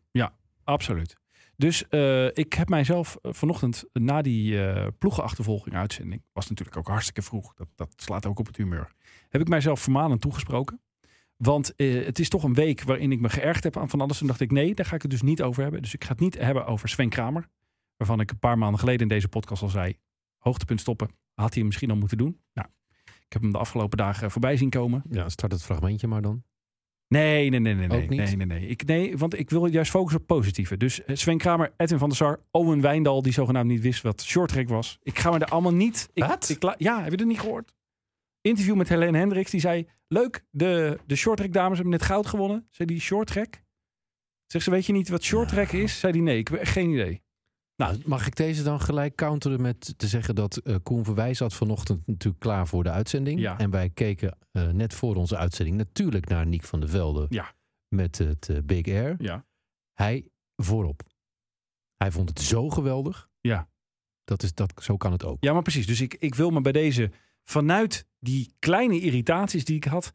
[SPEAKER 3] Absoluut. Dus eh, ik heb mijzelf eh, vanochtend na die eh, ploegenachtervolging uitzending, was natuurlijk ook hartstikke vroeg, dat, dat slaat ook op het humeur, heb ik mijzelf vermanend toegesproken. Want eh, het is toch een week waarin ik me geërgerd heb aan van alles. Toen dacht ik, nee, daar ga ik het dus niet over hebben. Dus ik ga het niet hebben over Sven Kramer, waarvan ik een paar maanden geleden in deze podcast al zei, hoogtepunt stoppen, had hij hem misschien al moeten doen. Nou, ik heb hem de afgelopen dagen voorbij zien komen.
[SPEAKER 4] Ja, start het fragmentje maar dan.
[SPEAKER 3] Nee, nee, nee, nee.
[SPEAKER 4] Ook
[SPEAKER 3] Nee,
[SPEAKER 4] niet?
[SPEAKER 3] nee, nee, nee. Ik, nee. Want ik wil juist focussen op positieve. Dus eh, Sven Kramer, Edwin van der Sar, Owen Wijndal, die zogenaamd niet wist wat shorttrack was. Ik ga me daar allemaal niet. Ik,
[SPEAKER 4] Wat?
[SPEAKER 3] Ik, la- ja, heb je dat niet gehoord? Interview met Helene Hendricks, die zei: Leuk, de, de shorttrack dames hebben net goud gewonnen. Zei die shorttrack? Zegt ze: Weet je niet wat shorttrack is? Zei die: Nee, ik heb echt geen idee.
[SPEAKER 4] Nou, mag ik deze dan gelijk counteren met te zeggen dat eh Koen Verwijs had vanochtend natuurlijk klaar voor de uitzending.
[SPEAKER 3] Ja.
[SPEAKER 4] En wij keken eh, net voor onze uitzending natuurlijk naar Niek van der Velde
[SPEAKER 3] Ja.
[SPEAKER 4] met het eh, Big Air.
[SPEAKER 3] Ja.
[SPEAKER 4] Hij voorop. Hij vond het zo geweldig.
[SPEAKER 3] Ja.
[SPEAKER 4] Dat is, dat, zo kan het ook.
[SPEAKER 3] Ja, maar precies. Dus ik, ik wil me bij deze vanuit die kleine irritaties die ik had,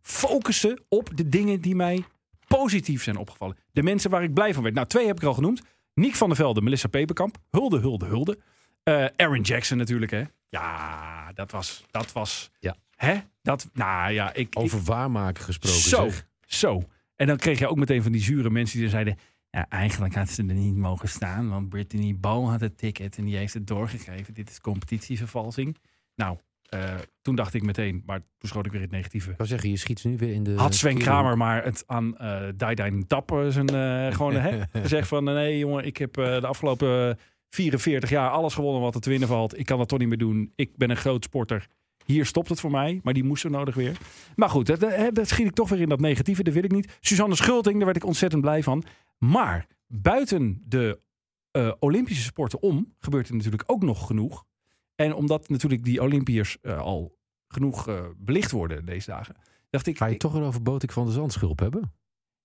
[SPEAKER 3] focussen op de dingen die mij positief zijn opgevallen. De mensen waar ik blij van werd. Nou, twee heb ik al genoemd. Niek van der Velde, Melissa Peperkamp. Hulde, hulde, hulde. Eh, Aaron Jackson natuurlijk, hè. Ja, dat was... Dat was
[SPEAKER 4] Ja.
[SPEAKER 3] Hè? Dat, nou ja, ik... ik-
[SPEAKER 4] Over waarmaken gesproken.
[SPEAKER 3] zo,
[SPEAKER 4] zeg.
[SPEAKER 3] zo. En dan kreeg je ook meteen van die zure mensen die er zeiden... Ja, eigenlijk had ze er niet mogen staan, want Brittany Bow had het ticket en die heeft het doorgegeven. Dit is competitievervalsing. Nou, eh, toen dacht ik meteen, maar toen schoot ik weer het negatieve.
[SPEAKER 4] Ik zou zeggen, je schiet nu weer in de.
[SPEAKER 3] Had Sven Kramer maar het aan eh Daidijn Dapper zijn eh, gewoon hè, gezegd van... Nee jongen, ik heb eh, de afgelopen 44 jaar alles gewonnen wat er te winnen valt. Ik kan dat toch niet meer doen. Ik ben een groot sporter. Hier stopt het voor mij, maar die moest zo nodig weer. Maar goed, dat, eh, dat- dat schiet ik toch weer in dat negatieve, dat wil ik niet. Suzanne Schulting, daar werd ik ontzettend blij van. Maar buiten de eh, Olympische sporten om gebeurt er natuurlijk ook nog genoeg. En omdat natuurlijk die Olympiërs eh, al genoeg eh, belicht worden deze dagen, dacht ik...
[SPEAKER 4] Ga je
[SPEAKER 3] ik-
[SPEAKER 4] toch weer over Botik van de Zandschulp hebben?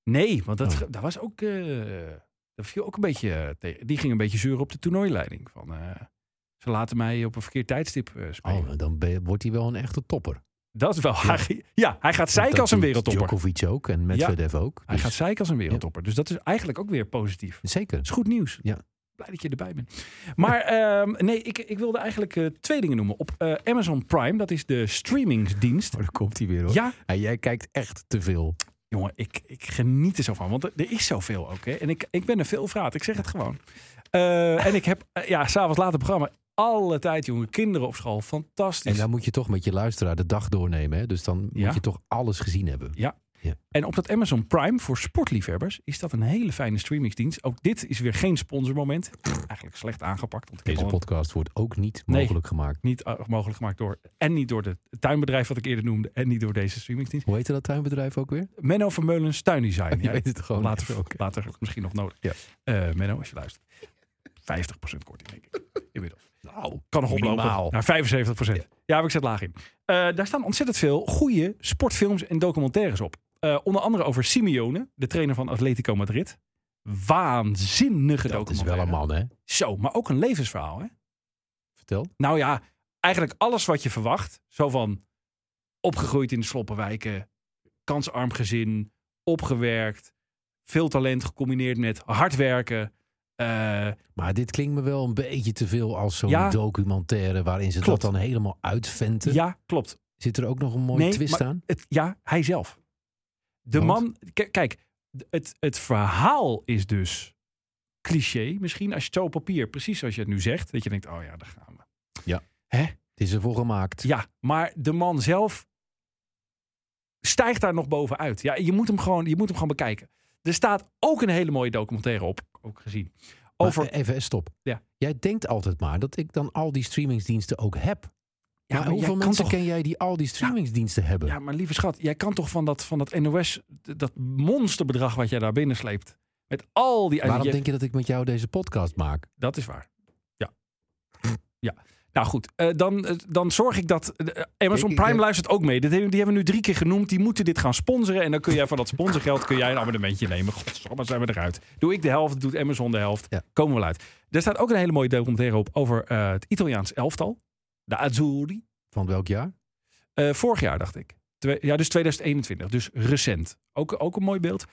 [SPEAKER 3] Nee, want dat,
[SPEAKER 4] Oh.
[SPEAKER 3] dat was ook. eh, dat viel ook een beetje eh, tegen. Die ging een beetje zuur op de toernooileiding. Van, eh, ze laten mij op een verkeerd tijdstip eh, spelen.
[SPEAKER 4] Oh, dan ben je- wordt hij wel een echte topper.
[SPEAKER 3] dat is wel. Ja, hij gaat
[SPEAKER 4] Want
[SPEAKER 3] zeiken
[SPEAKER 4] dat
[SPEAKER 3] als een
[SPEAKER 4] doet
[SPEAKER 3] wereldtopper.
[SPEAKER 4] Djokovic ook en Medvedev ook.
[SPEAKER 3] Hij
[SPEAKER 4] Dus
[SPEAKER 3] gaat zeiken als een wereldtopper. Dus dat is eigenlijk ook weer positief. Dat
[SPEAKER 4] Zeker.
[SPEAKER 3] is goed nieuws.
[SPEAKER 4] Ja.
[SPEAKER 3] Blij dat je erbij bent. Maar (laughs) ehm, nee, ik, ik wilde eigenlijk eh, twee dingen noemen. Op eh, Amazon Prime, dat is de streamingsdienst.
[SPEAKER 4] (laughs) Oh, daar komt hij weer hoor.
[SPEAKER 3] Ja,
[SPEAKER 4] En jij kijkt echt te veel.
[SPEAKER 3] Jongen, ik, ik geniet er zo van. Want er er is zoveel ook. Hè? En ik, ik ben een veelvraat. Ik zeg het gewoon. Eh, en ik heb, eh, ja, s'avonds laat het programma. Alle tijd, jongen. Kinderen op school. Fantastisch.
[SPEAKER 4] En
[SPEAKER 3] En,
[SPEAKER 4] dan moet je toch met je luisteraar de dag doornemen. Hè? Dus dan
[SPEAKER 3] Ja.
[SPEAKER 4] moet je toch alles gezien hebben.
[SPEAKER 3] op dat Amazon Prime voor sportliefhebbers is dat een hele fijne streamingsdienst. Ook dit is weer geen sponsormoment. Eigenlijk slecht aangepakt. Want ik heb
[SPEAKER 4] Deze
[SPEAKER 3] al een-
[SPEAKER 4] podcast wordt ook niet
[SPEAKER 3] Nee.
[SPEAKER 4] mogelijk gemaakt.
[SPEAKER 3] niet eh, mogelijk gemaakt door. En niet door het tuinbedrijf wat ik eerder noemde. En niet door deze streamingsdienst.
[SPEAKER 4] Hoe heette dat tuinbedrijf ook weer?
[SPEAKER 3] Menno Vermeulens Tuindesign.
[SPEAKER 4] (laughs) Je weet het gewoon
[SPEAKER 3] Later,
[SPEAKER 4] even, oké.
[SPEAKER 3] (laughs) later misschien nog nodig.
[SPEAKER 4] Ja.
[SPEAKER 3] Eh, Menno, als je luistert. 50% korting, denk ik.
[SPEAKER 4] (laughs)
[SPEAKER 3] Inmiddels. Nou, kan nog
[SPEAKER 4] minimaal.
[SPEAKER 3] oplopen naar 75%. Ja, maar ik zet laag in. Eh, daar staan ontzettend veel goede sportfilms en documentaires op. Eh, onder andere over Simeone, de trainer van Atletico Madrid. Waanzinnige
[SPEAKER 4] Dat is wel
[SPEAKER 3] documentaire.
[SPEAKER 4] een man, hè?
[SPEAKER 3] Zo, maar ook een levensverhaal, hè?
[SPEAKER 4] Vertel.
[SPEAKER 3] Nou ja, eigenlijk alles wat je verwacht. Zo van opgegroeid in de sloppenwijken, kansarm gezin, opgewerkt, veel talent gecombineerd met hard werken. Eh,
[SPEAKER 4] Maar dit klinkt me wel een beetje te veel als zo'n
[SPEAKER 3] Ja.
[SPEAKER 4] documentaire waarin ze
[SPEAKER 3] Klopt.
[SPEAKER 4] dat dan helemaal uitventen.
[SPEAKER 3] ja, klopt.
[SPEAKER 4] Zit er ook nog een mooie
[SPEAKER 3] Nee,
[SPEAKER 4] twist
[SPEAKER 3] maar-
[SPEAKER 4] aan?
[SPEAKER 3] Het, ja, hij zelf. De
[SPEAKER 4] Want?
[SPEAKER 3] man, k- kijk, het, het verhaal is dus cliché. Misschien als je het zo op papier, precies zoals je het nu zegt, dat je denkt, oh ja, daar gaan we.
[SPEAKER 4] Het is ervoor gemaakt.
[SPEAKER 3] Ja, maar de man zelf stijgt daar nog bovenuit. Ja, je moet hem gewoon, je moet hem gewoon bekijken. Er staat ook een hele mooie documentaire op, ook gezien.
[SPEAKER 4] Maar eh,
[SPEAKER 3] Over,
[SPEAKER 4] Even stop.
[SPEAKER 3] Ja.
[SPEAKER 4] Jij denkt altijd maar dat ik dan al die streamingsdiensten ook heb.
[SPEAKER 3] ja,
[SPEAKER 4] maar,
[SPEAKER 3] maar jij
[SPEAKER 4] hoeveel
[SPEAKER 3] kan
[SPEAKER 4] mensen
[SPEAKER 3] toch-
[SPEAKER 4] ken jij die al die streamingsdiensten hebben?
[SPEAKER 3] Ja, maar lieve schat, jij kan toch van dat, van dat NOS, dat monsterbedrag wat jij daar binnen sleept. Met al die...
[SPEAKER 4] Waarom
[SPEAKER 3] je-
[SPEAKER 4] denk je dat ik met jou deze podcast maak?
[SPEAKER 3] Dat is waar. Ja. ja. Nou goed, eh, dan, eh, dan zorg ik dat... eh, Amazon
[SPEAKER 4] Ik- ik-
[SPEAKER 3] Prime luistert ook mee. Dit hebben, die hebben we nu drie keer genoemd. Die moeten dit gaan sponsoren. En dan kun jij van dat sponsorgeld kun jij een abonnementje nemen. Godsamme, zijn we eruit. Doe ik de helft, doet Amazon de helft.
[SPEAKER 4] Ja.
[SPEAKER 3] Komen we wel uit. Er staat ook een hele mooie documentaire op over eh, het Italiaans elftal. De Azzurri.
[SPEAKER 4] Van welk jaar?
[SPEAKER 3] Eh, vorig jaar, dacht ik. Twee- ja, dus 2021. Dus recent. Ook, ook een mooi beeld.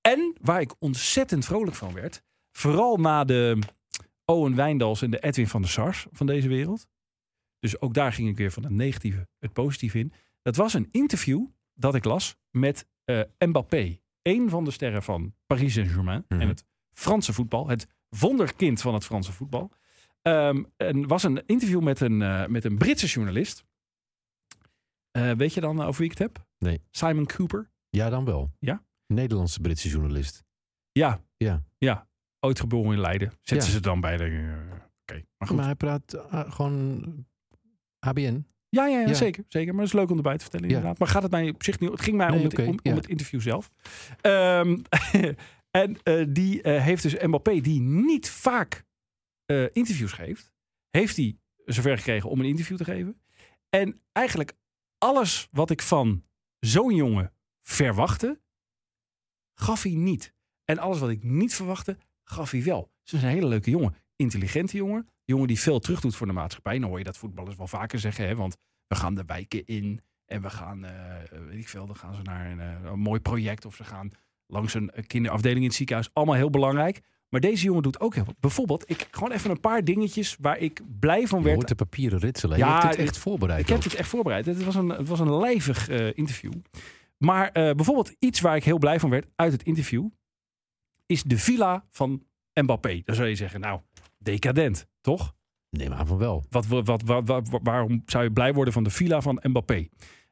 [SPEAKER 3] En waar ik ontzettend vrolijk van werd. Vooral na de Owen Wijndals en de Edwin van der Sars van deze wereld. Dus ook daar ging ik weer van het negatieve het positieve in. Dat was een interview dat ik las met eh, Mbappé. Een van de sterren van Paris Saint-Germain.
[SPEAKER 4] Mhm.
[SPEAKER 3] En het Franse voetbal. Het wonderkind van het Franse voetbal. Ehm, en was een interview met een, eh, met een Britse journalist. Eh, weet je dan over wie ik het heb?
[SPEAKER 4] Nee.
[SPEAKER 3] Simon Cooper.
[SPEAKER 4] Ja, dan wel.
[SPEAKER 3] Ja?
[SPEAKER 4] Nederlandse Britse journalist.
[SPEAKER 3] Ja.
[SPEAKER 4] Ja.
[SPEAKER 3] Ja. Ooit geboren in Leiden. Zetten
[SPEAKER 4] Ja.
[SPEAKER 3] ze dan bij de... eh, Oké, maar goed.
[SPEAKER 4] Maar hij praat eh, gewoon ABN.
[SPEAKER 3] ja, ja, ja,
[SPEAKER 4] Ja.
[SPEAKER 3] zeker, zeker. Maar het is leuk om erbij te vertellen
[SPEAKER 4] Ja.
[SPEAKER 3] inderdaad. Maar gaat het mij op zich niet... Het ging mij
[SPEAKER 4] Nee,
[SPEAKER 3] om, het,
[SPEAKER 4] oké,
[SPEAKER 3] om, om
[SPEAKER 4] ja.
[SPEAKER 3] het interview zelf. Ehm, (laughs) en eh, die eh, heeft dus Mbappé, die niet vaak eh, interviews geeft... heeft hij zover gekregen om een interview te geven. En eigenlijk alles wat ik van zo'n jongen verwachtte, gaf hij niet. En alles wat ik niet verwachtte, gaf hij wel. Ze is een hele leuke jongen. Intelligente jongen. Jongen die veel terug doet voor de maatschappij. Dan hoor je dat voetballers wel vaker zeggen. Hè? Want we gaan de wijken in. En we gaan, eh, weet ik veel, dan gaan ze naar een, eh, een mooi project. Of ze gaan langs een eh, kinderafdeling in het ziekenhuis. Allemaal heel belangrijk. Maar deze jongen doet ook heel wat. Bijvoorbeeld, ik, gewoon even een paar dingetjes waar ik blij van
[SPEAKER 4] Je
[SPEAKER 3] werd
[SPEAKER 4] hoort de papieren ritselen.
[SPEAKER 3] Ja,
[SPEAKER 4] je hebt dit
[SPEAKER 3] ik-
[SPEAKER 4] echt voorbereid.
[SPEAKER 3] ik heb
[SPEAKER 4] ook.
[SPEAKER 3] dit echt voorbereid. Het was een, het was een lijvig eh, interview. Maar eh, bijvoorbeeld iets waar ik heel blij van werd uit het interview... is de villa van Mbappé. Dan zou je zeggen, nou, decadent, toch?
[SPEAKER 4] Neem aan van wel.
[SPEAKER 3] Wat, wat, wat, wat- wat- waarom zou je blij worden van de villa van Mbappé?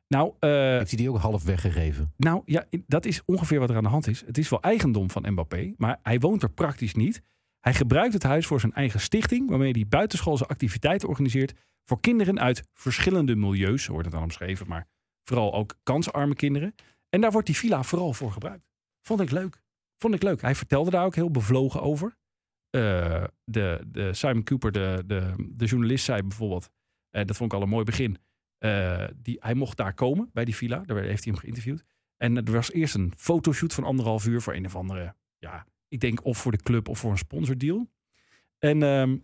[SPEAKER 3] Nou, eh,
[SPEAKER 4] Heeft hij die ook half weggegeven?
[SPEAKER 3] nou ja, dat is ongeveer wat er aan de hand is. Het is wel eigendom van Mbappé, maar hij woont er praktisch niet. Hij gebruikt het huis voor zijn eigen stichting, waarmee hij buitenschoolse activiteiten organiseert voor kinderen uit verschillende milieus, zo wordt het dan omschreven, maar vooral ook kansarme kinderen. En daar wordt die villa vooral voor gebruikt. Vond ik leuk. Vond ik leuk. Hij vertelde daar ook heel bevlogen over. Eh, de, de Simon Cooper, de, de, de journalist, zei bijvoorbeeld, eh, dat vond ik al een mooi begin, eh, die, hij mocht daar komen bij die villa. Daar heeft hij hem geïnterviewd. En er was eerst een fotoshoot van anderhalf uur voor een of andere, ja, ik denk of voor de club of voor een sponsordeal. En ehm,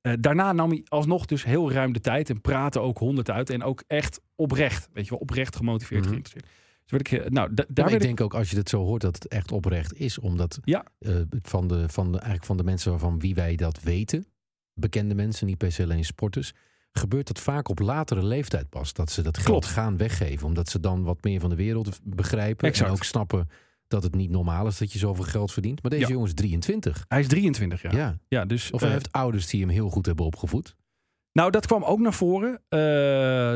[SPEAKER 3] eh, daarna nam hij alsnog dus heel ruim de tijd en praatte ook honderd uit. En ook echt oprecht, weet je wel, oprecht gemotiveerd,
[SPEAKER 4] Mhm.
[SPEAKER 3] geïnteresseerd. Dus werd ik, eh, nou, da- daar
[SPEAKER 4] Daar ik
[SPEAKER 3] werd ik,
[SPEAKER 4] denk ook als je dat zo hoort dat het echt oprecht is. Omdat
[SPEAKER 3] Ja.
[SPEAKER 4] eh, van, de, van, de, eigenlijk van de mensen waarvan wie wij dat weten, bekende mensen, niet per se alleen sporters, gebeurt dat vaak op latere leeftijd pas. Dat ze dat geld
[SPEAKER 3] Klopt.
[SPEAKER 4] gaan weggeven. Omdat ze dan wat meer van de wereld begrijpen.
[SPEAKER 3] Exact.
[SPEAKER 4] En ook snappen dat het niet normaal is dat je zoveel geld verdient. Maar deze
[SPEAKER 3] Ja.
[SPEAKER 4] jongen is 23.
[SPEAKER 3] hij is 23 jaar.
[SPEAKER 4] Ja.
[SPEAKER 3] Ja. dus,
[SPEAKER 4] Of hij
[SPEAKER 3] eh,
[SPEAKER 4] heeft ouders die hem heel goed hebben opgevoed.
[SPEAKER 3] Nou, dat kwam ook naar voren. Eh,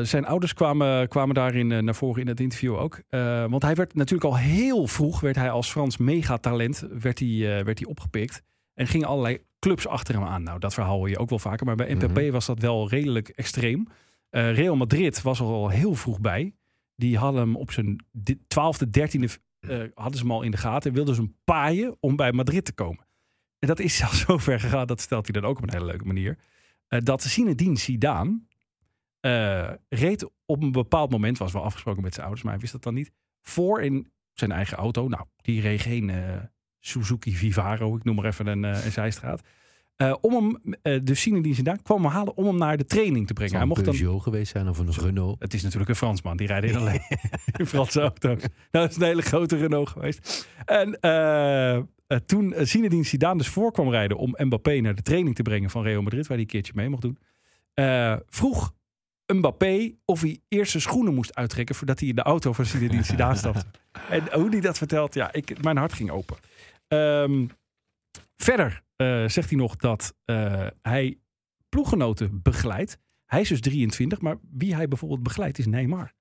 [SPEAKER 3] zijn ouders kwamen, kwamen daarin eh, naar voren in het interview ook. Eh, want hij werd natuurlijk al heel vroeg, werd hij als Frans megatalent, werd hij, eh, werd hij opgepikt. En gingen allerlei clubs achter hem aan. Nou, dat verhaal hoor je ook wel vaker. Maar bij MPP
[SPEAKER 4] Mhm.
[SPEAKER 3] was dat wel redelijk extreem. Eh, Real Madrid was er al heel vroeg bij. Die hadden hem op zijn di- 12e, 13e eh, hadden ze hem al in de gaten. En wilden ze hem paaien om bij Madrid te komen. En dat is (laughs) zelfs zo ver gegaan. Dat stelt hij dan ook op een hele leuke manier. Eh, dat Zinedine Zidane eh, reed op een bepaald moment, was wel afgesproken met zijn ouders, maar hij wist dat dan niet, voor in zijn eigen auto. Nou, die reed geen eh, Suzuki Vivaro, ik noem maar even een, eh, een zijstraat. Eh, om hem, eh dus Zinedine Zidane kwam hem halen om hem naar de training te brengen. Hij
[SPEAKER 4] Zou een
[SPEAKER 3] mocht dan
[SPEAKER 4] Peugeot geweest zijn of een Renault.
[SPEAKER 3] het is natuurlijk een Fransman, die rijdt in alleen in Franse auto's. Nou, Dat is een hele grote Renault geweest. En eh, eh, toen Zinedine Zidane dus voor kwam rijden om Mbappé naar de training te brengen van Real Madrid, waar hij een keertje mee mocht doen, eh, vroeg Mbappé of hij eerst zijn schoenen moest uittrekken voordat hij in de auto van Zinedine Zidane stapte. En hoe hij dat vertelt, ja, ik, mijn hart ging open. Ehm, verder eh, zegt hij nog dat eh, hij ploeggenoten begeleidt. Hij is dus 23, maar wie hij bijvoorbeeld begeleidt is Neymar.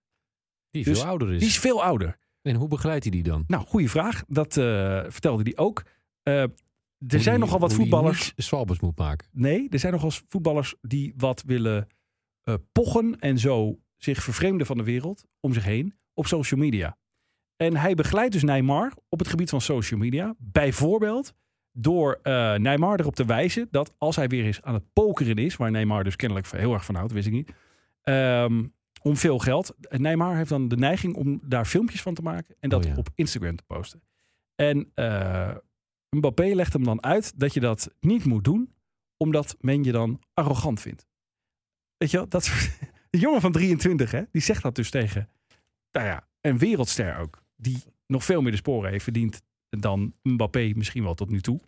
[SPEAKER 4] Die
[SPEAKER 3] Dus
[SPEAKER 4] veel ouder is.
[SPEAKER 3] Die is veel ouder.
[SPEAKER 4] En hoe begeleidt hij die dan?
[SPEAKER 3] Nou, goede vraag. Dat eh, vertelde hij ook. Eh, er
[SPEAKER 4] Hoe
[SPEAKER 3] zijn
[SPEAKER 4] die-
[SPEAKER 3] nogal wat
[SPEAKER 4] hoe die
[SPEAKER 3] voetballers.
[SPEAKER 4] niet zwalbes moet maken.
[SPEAKER 3] Nee, er zijn nogal eens voetballers die wat willen eh, pochen en zo zich vervreemden van de wereld om zich heen op social media. En hij begeleidt dus Neymar op het gebied van social media. Bijvoorbeeld door eh Neymar erop te wijzen dat als hij weer eens aan het pokeren is, waar Neymar dus kennelijk heel erg van houdt, wist ik niet, ehm, om veel geld. En Neymar heeft dan de neiging om daar filmpjes van te maken en dat
[SPEAKER 4] Oh ja.
[SPEAKER 3] op Instagram te posten. En eh, Mbappé legt hem dan uit dat je dat niet moet doen, omdat men je dan arrogant vindt. Weet je wel, dat soort... (laughs) Een jongen van 23, hè, die zegt dat dus tegen, nou ja, een wereldster ook, die nog veel meer de sporen heeft verdiend dan Mbappé misschien wel tot nu toe.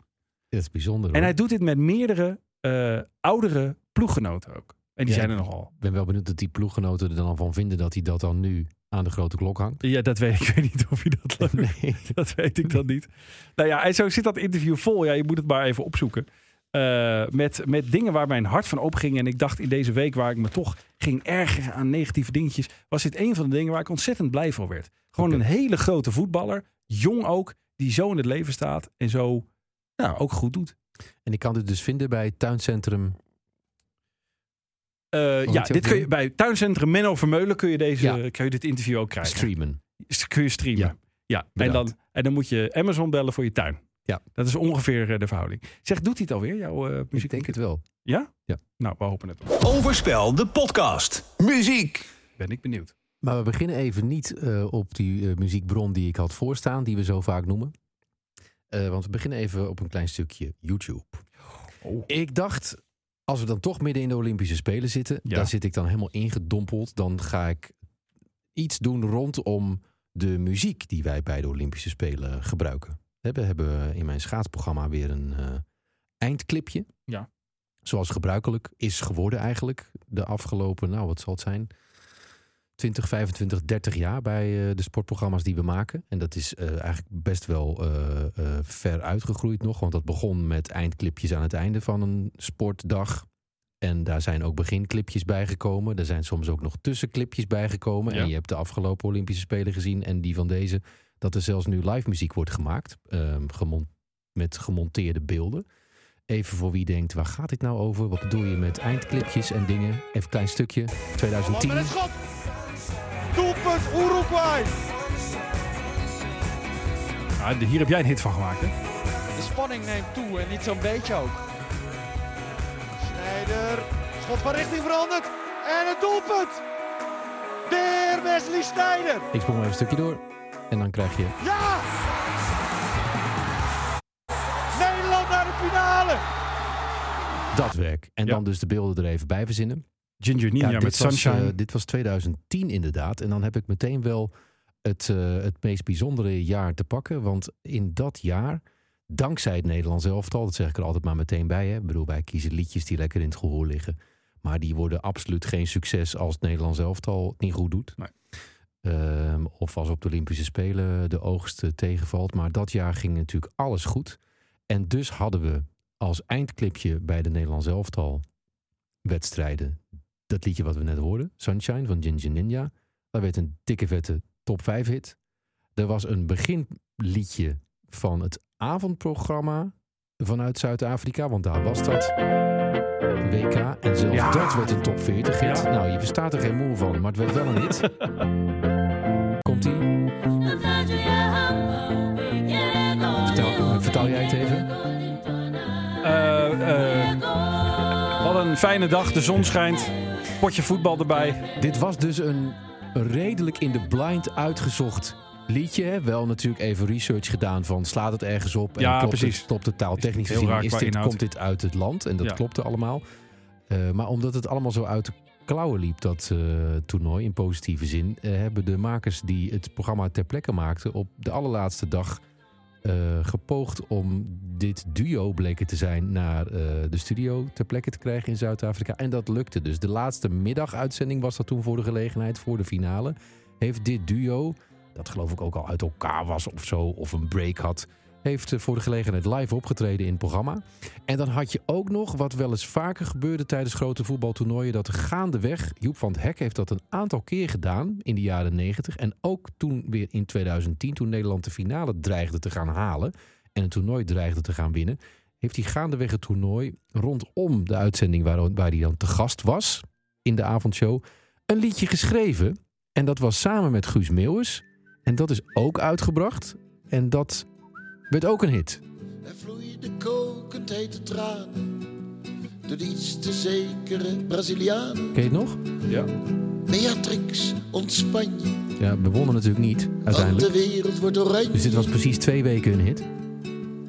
[SPEAKER 4] Dat is bijzonder.
[SPEAKER 3] En
[SPEAKER 4] hoor.
[SPEAKER 3] hij doet dit met meerdere eh, oudere ploeggenoten ook. En die
[SPEAKER 4] Ja,
[SPEAKER 3] zijn er nogal.
[SPEAKER 4] Ik ben wel benieuwd dat die ploeggenoten er dan al van vinden dat hij dat dan nu aan de grote
[SPEAKER 3] (laughs)
[SPEAKER 4] klok hangt.
[SPEAKER 3] Ja, dat weet ik. Ik weet niet of je dat leuk
[SPEAKER 4] Nee.
[SPEAKER 3] (laughs) Dat weet ik dan niet. Nou ja, en zo zit dat interview vol. Ja, je moet het maar even opzoeken. Eh, met, met dingen waar mijn hart van opging. En ik dacht in deze week waar ik me toch ging ergeren aan negatieve dingetjes. Was dit een van de dingen waar ik ontzettend blij van werd. Gewoon
[SPEAKER 4] Oké.
[SPEAKER 3] een hele grote voetballer. Jong ook. Die zo in het leven staat. En zo nou, ook goed doet.
[SPEAKER 4] En ik kan dit dus vinden bij het tuincentrum.
[SPEAKER 3] Eh,
[SPEAKER 4] heet
[SPEAKER 3] ja,
[SPEAKER 4] die
[SPEAKER 3] dit
[SPEAKER 4] ook
[SPEAKER 3] kun je,
[SPEAKER 4] weer?
[SPEAKER 3] bij Tuincentrum Menno Vermeulen kun je, deze,
[SPEAKER 4] Ja.
[SPEAKER 3] kun je dit interview ook krijgen.
[SPEAKER 4] Streamen.
[SPEAKER 3] Kun je streamen.
[SPEAKER 4] Ja.
[SPEAKER 3] Ja, en,
[SPEAKER 4] Bedankt.
[SPEAKER 3] dan, en dan moet je Amazon bellen voor je tuin.
[SPEAKER 4] Ja.
[SPEAKER 3] Dat is ongeveer eh, de verhouding. Zeg, doet hij het alweer, jouw eh, muziek?
[SPEAKER 4] Ik denk het wel.
[SPEAKER 3] Ja?
[SPEAKER 4] Ja.
[SPEAKER 3] Nou, we hopen het.
[SPEAKER 1] Overspel, de podcast.
[SPEAKER 2] Muziek.
[SPEAKER 3] Ben ik benieuwd.
[SPEAKER 4] Maar we beginnen even niet eh, op die eh, muziekbron die ik had voorstaan, die we zo vaak noemen. Eh, want we beginnen even op een klein stukje YouTube.
[SPEAKER 3] Oh.
[SPEAKER 4] Ik dacht, als we dan toch midden in de Olympische Spelen zitten,
[SPEAKER 3] Ja.
[SPEAKER 4] daar zit ik dan helemaal ingedompeld. Dan ga ik iets doen rondom de muziek die wij bij de Olympische Spelen gebruiken. Hè, We hebben in mijn schaatsprogramma weer een eh, eindclipje.
[SPEAKER 3] Ja.
[SPEAKER 4] Zoals gebruikelijk is geworden eigenlijk de afgelopen, nou wat zal het zijn, 20, 25, 30 jaar bij eh, de sportprogramma's die we maken. En dat is eh, eigenlijk best wel eh, eh, ver uitgegroeid nog. Want dat begon met eindclipjes aan het einde van een sportdag. En daar zijn ook beginclipjes bijgekomen. Er zijn soms ook nog tussenclipjes bijgekomen.
[SPEAKER 3] Ja.
[SPEAKER 4] En je hebt de afgelopen Olympische Spelen gezien en die van deze. ehm, Dat er zelfs nu live muziek wordt gemaakt. eh, gemon- met gemonteerde beelden. Even voor wie denkt, waar gaat dit nou over? Wat bedoel je met eindclipjes en dingen? Even een klein stukje. 2010.
[SPEAKER 6] schot. Doelpunt Uruguay.
[SPEAKER 3] Nou, hier heb jij een hit van gemaakt, hè?
[SPEAKER 6] De spanning neemt toe en niet zo'n beetje ook. Snijder. Schot van richting veranderd. En het doelpunt. Weer Wesley Snijder.
[SPEAKER 4] Ik sprong even een stukje door. En dan krijg je...
[SPEAKER 6] Ja! Nederland naar de finale.
[SPEAKER 4] dat werk. En
[SPEAKER 3] Ja.
[SPEAKER 4] dan dus de beelden er even bij verzinnen.
[SPEAKER 3] Ginger Nina
[SPEAKER 4] dit,
[SPEAKER 3] met
[SPEAKER 4] was,
[SPEAKER 3] Sunshine.
[SPEAKER 4] eh, dit was 2010 inderdaad. En dan heb ik meteen wel het, eh, het meest bijzondere jaar te pakken. Want in dat jaar, dankzij het Nederlands elftal... dat zeg ik er altijd maar meteen bij. Hè. Ik bedoel, wij kiezen liedjes die lekker in het gehoor liggen. Maar die worden absoluut geen succes als het Nederlands elftal het niet goed doet.
[SPEAKER 3] Nee.
[SPEAKER 4] Ehm, of als op de Olympische Spelen de oogst eh, tegenvalt. Maar dat jaar ging natuurlijk alles goed. En dus hadden we als eindclipje bij de Nederlands elftal wedstrijden. Dat liedje wat we net hoorden, Sunshine van Ginger Ninja. Daar werd een dikke vette top 5 hit. Er was een beginliedje van het avondprogramma vanuit Zuid-Afrika, want daar was dat. WK. En zelfs
[SPEAKER 3] Ja.
[SPEAKER 4] dat werd een top 40 hit.
[SPEAKER 3] Ja.
[SPEAKER 4] Nou, je verstaat er geen moe van, maar het werd wel een
[SPEAKER 3] (laughs)
[SPEAKER 4] hit. Komt-ie. Vertel, vertel jij het even?
[SPEAKER 3] Eh, eh, wat een fijne dag, de zon schijnt. Potje voetbal erbij.
[SPEAKER 4] Dit was dus een redelijk in de blind uitgezocht liedje. hè. Wel natuurlijk even research gedaan van slaat het ergens op? En
[SPEAKER 3] Ja,
[SPEAKER 4] klopt
[SPEAKER 3] precies.
[SPEAKER 4] Het, klopt het taaltechnisch
[SPEAKER 3] Heel
[SPEAKER 4] gezien?
[SPEAKER 3] raar
[SPEAKER 4] Is
[SPEAKER 3] qua
[SPEAKER 4] dit,
[SPEAKER 3] inhoud.
[SPEAKER 4] komt dit uit het land? En dat
[SPEAKER 3] Ja.
[SPEAKER 4] klopte allemaal. Eh, maar omdat het allemaal zo uit de klauwen liep, dat eh, toernooi in positieve zin... eh, hebben de makers die het programma ter plekke maakten op de allerlaatste dag... eh, gepoogd om dit duo bleken te zijn naar eh, de studio ter plekke te krijgen in Zuid-Afrika. En dat lukte dus. De laatste middaguitzending was dat toen voor de gelegenheid, voor de finale. Heeft dit duo, dat geloof ik ook al uit elkaar was of zo, of een break had... heeft eh, voor de gelegenheid live opgetreden in het programma. En dan had je ook nog, wat wel eens vaker gebeurde tijdens grote voetbaltoernooien... dat gaandeweg, Joep van het Hek heeft dat een aantal keer gedaan in de jaren 90 En ook toen weer in 2010, toen Nederland de finale dreigde te gaan halen... en het toernooi dreigde te gaan winnen... heeft hij gaandeweg het toernooi rondom de uitzending waar, waar hij dan te gast was... in de avondshow, een liedje geschreven. En dat was samen met Guus Meeuwis. En dat is ook uitgebracht. En dat werd ook een hit.
[SPEAKER 7] Er vloeide kokend hete tranen door de iets te zekere Braziliaan.
[SPEAKER 4] Ken je het nog?
[SPEAKER 7] Beatrix ontspan je,
[SPEAKER 4] Ja, we wonnen natuurlijk niet,
[SPEAKER 7] want de
[SPEAKER 4] uiteindelijk.
[SPEAKER 7] wereld wordt oranje.
[SPEAKER 4] Dus dit was precies twee weken een hit.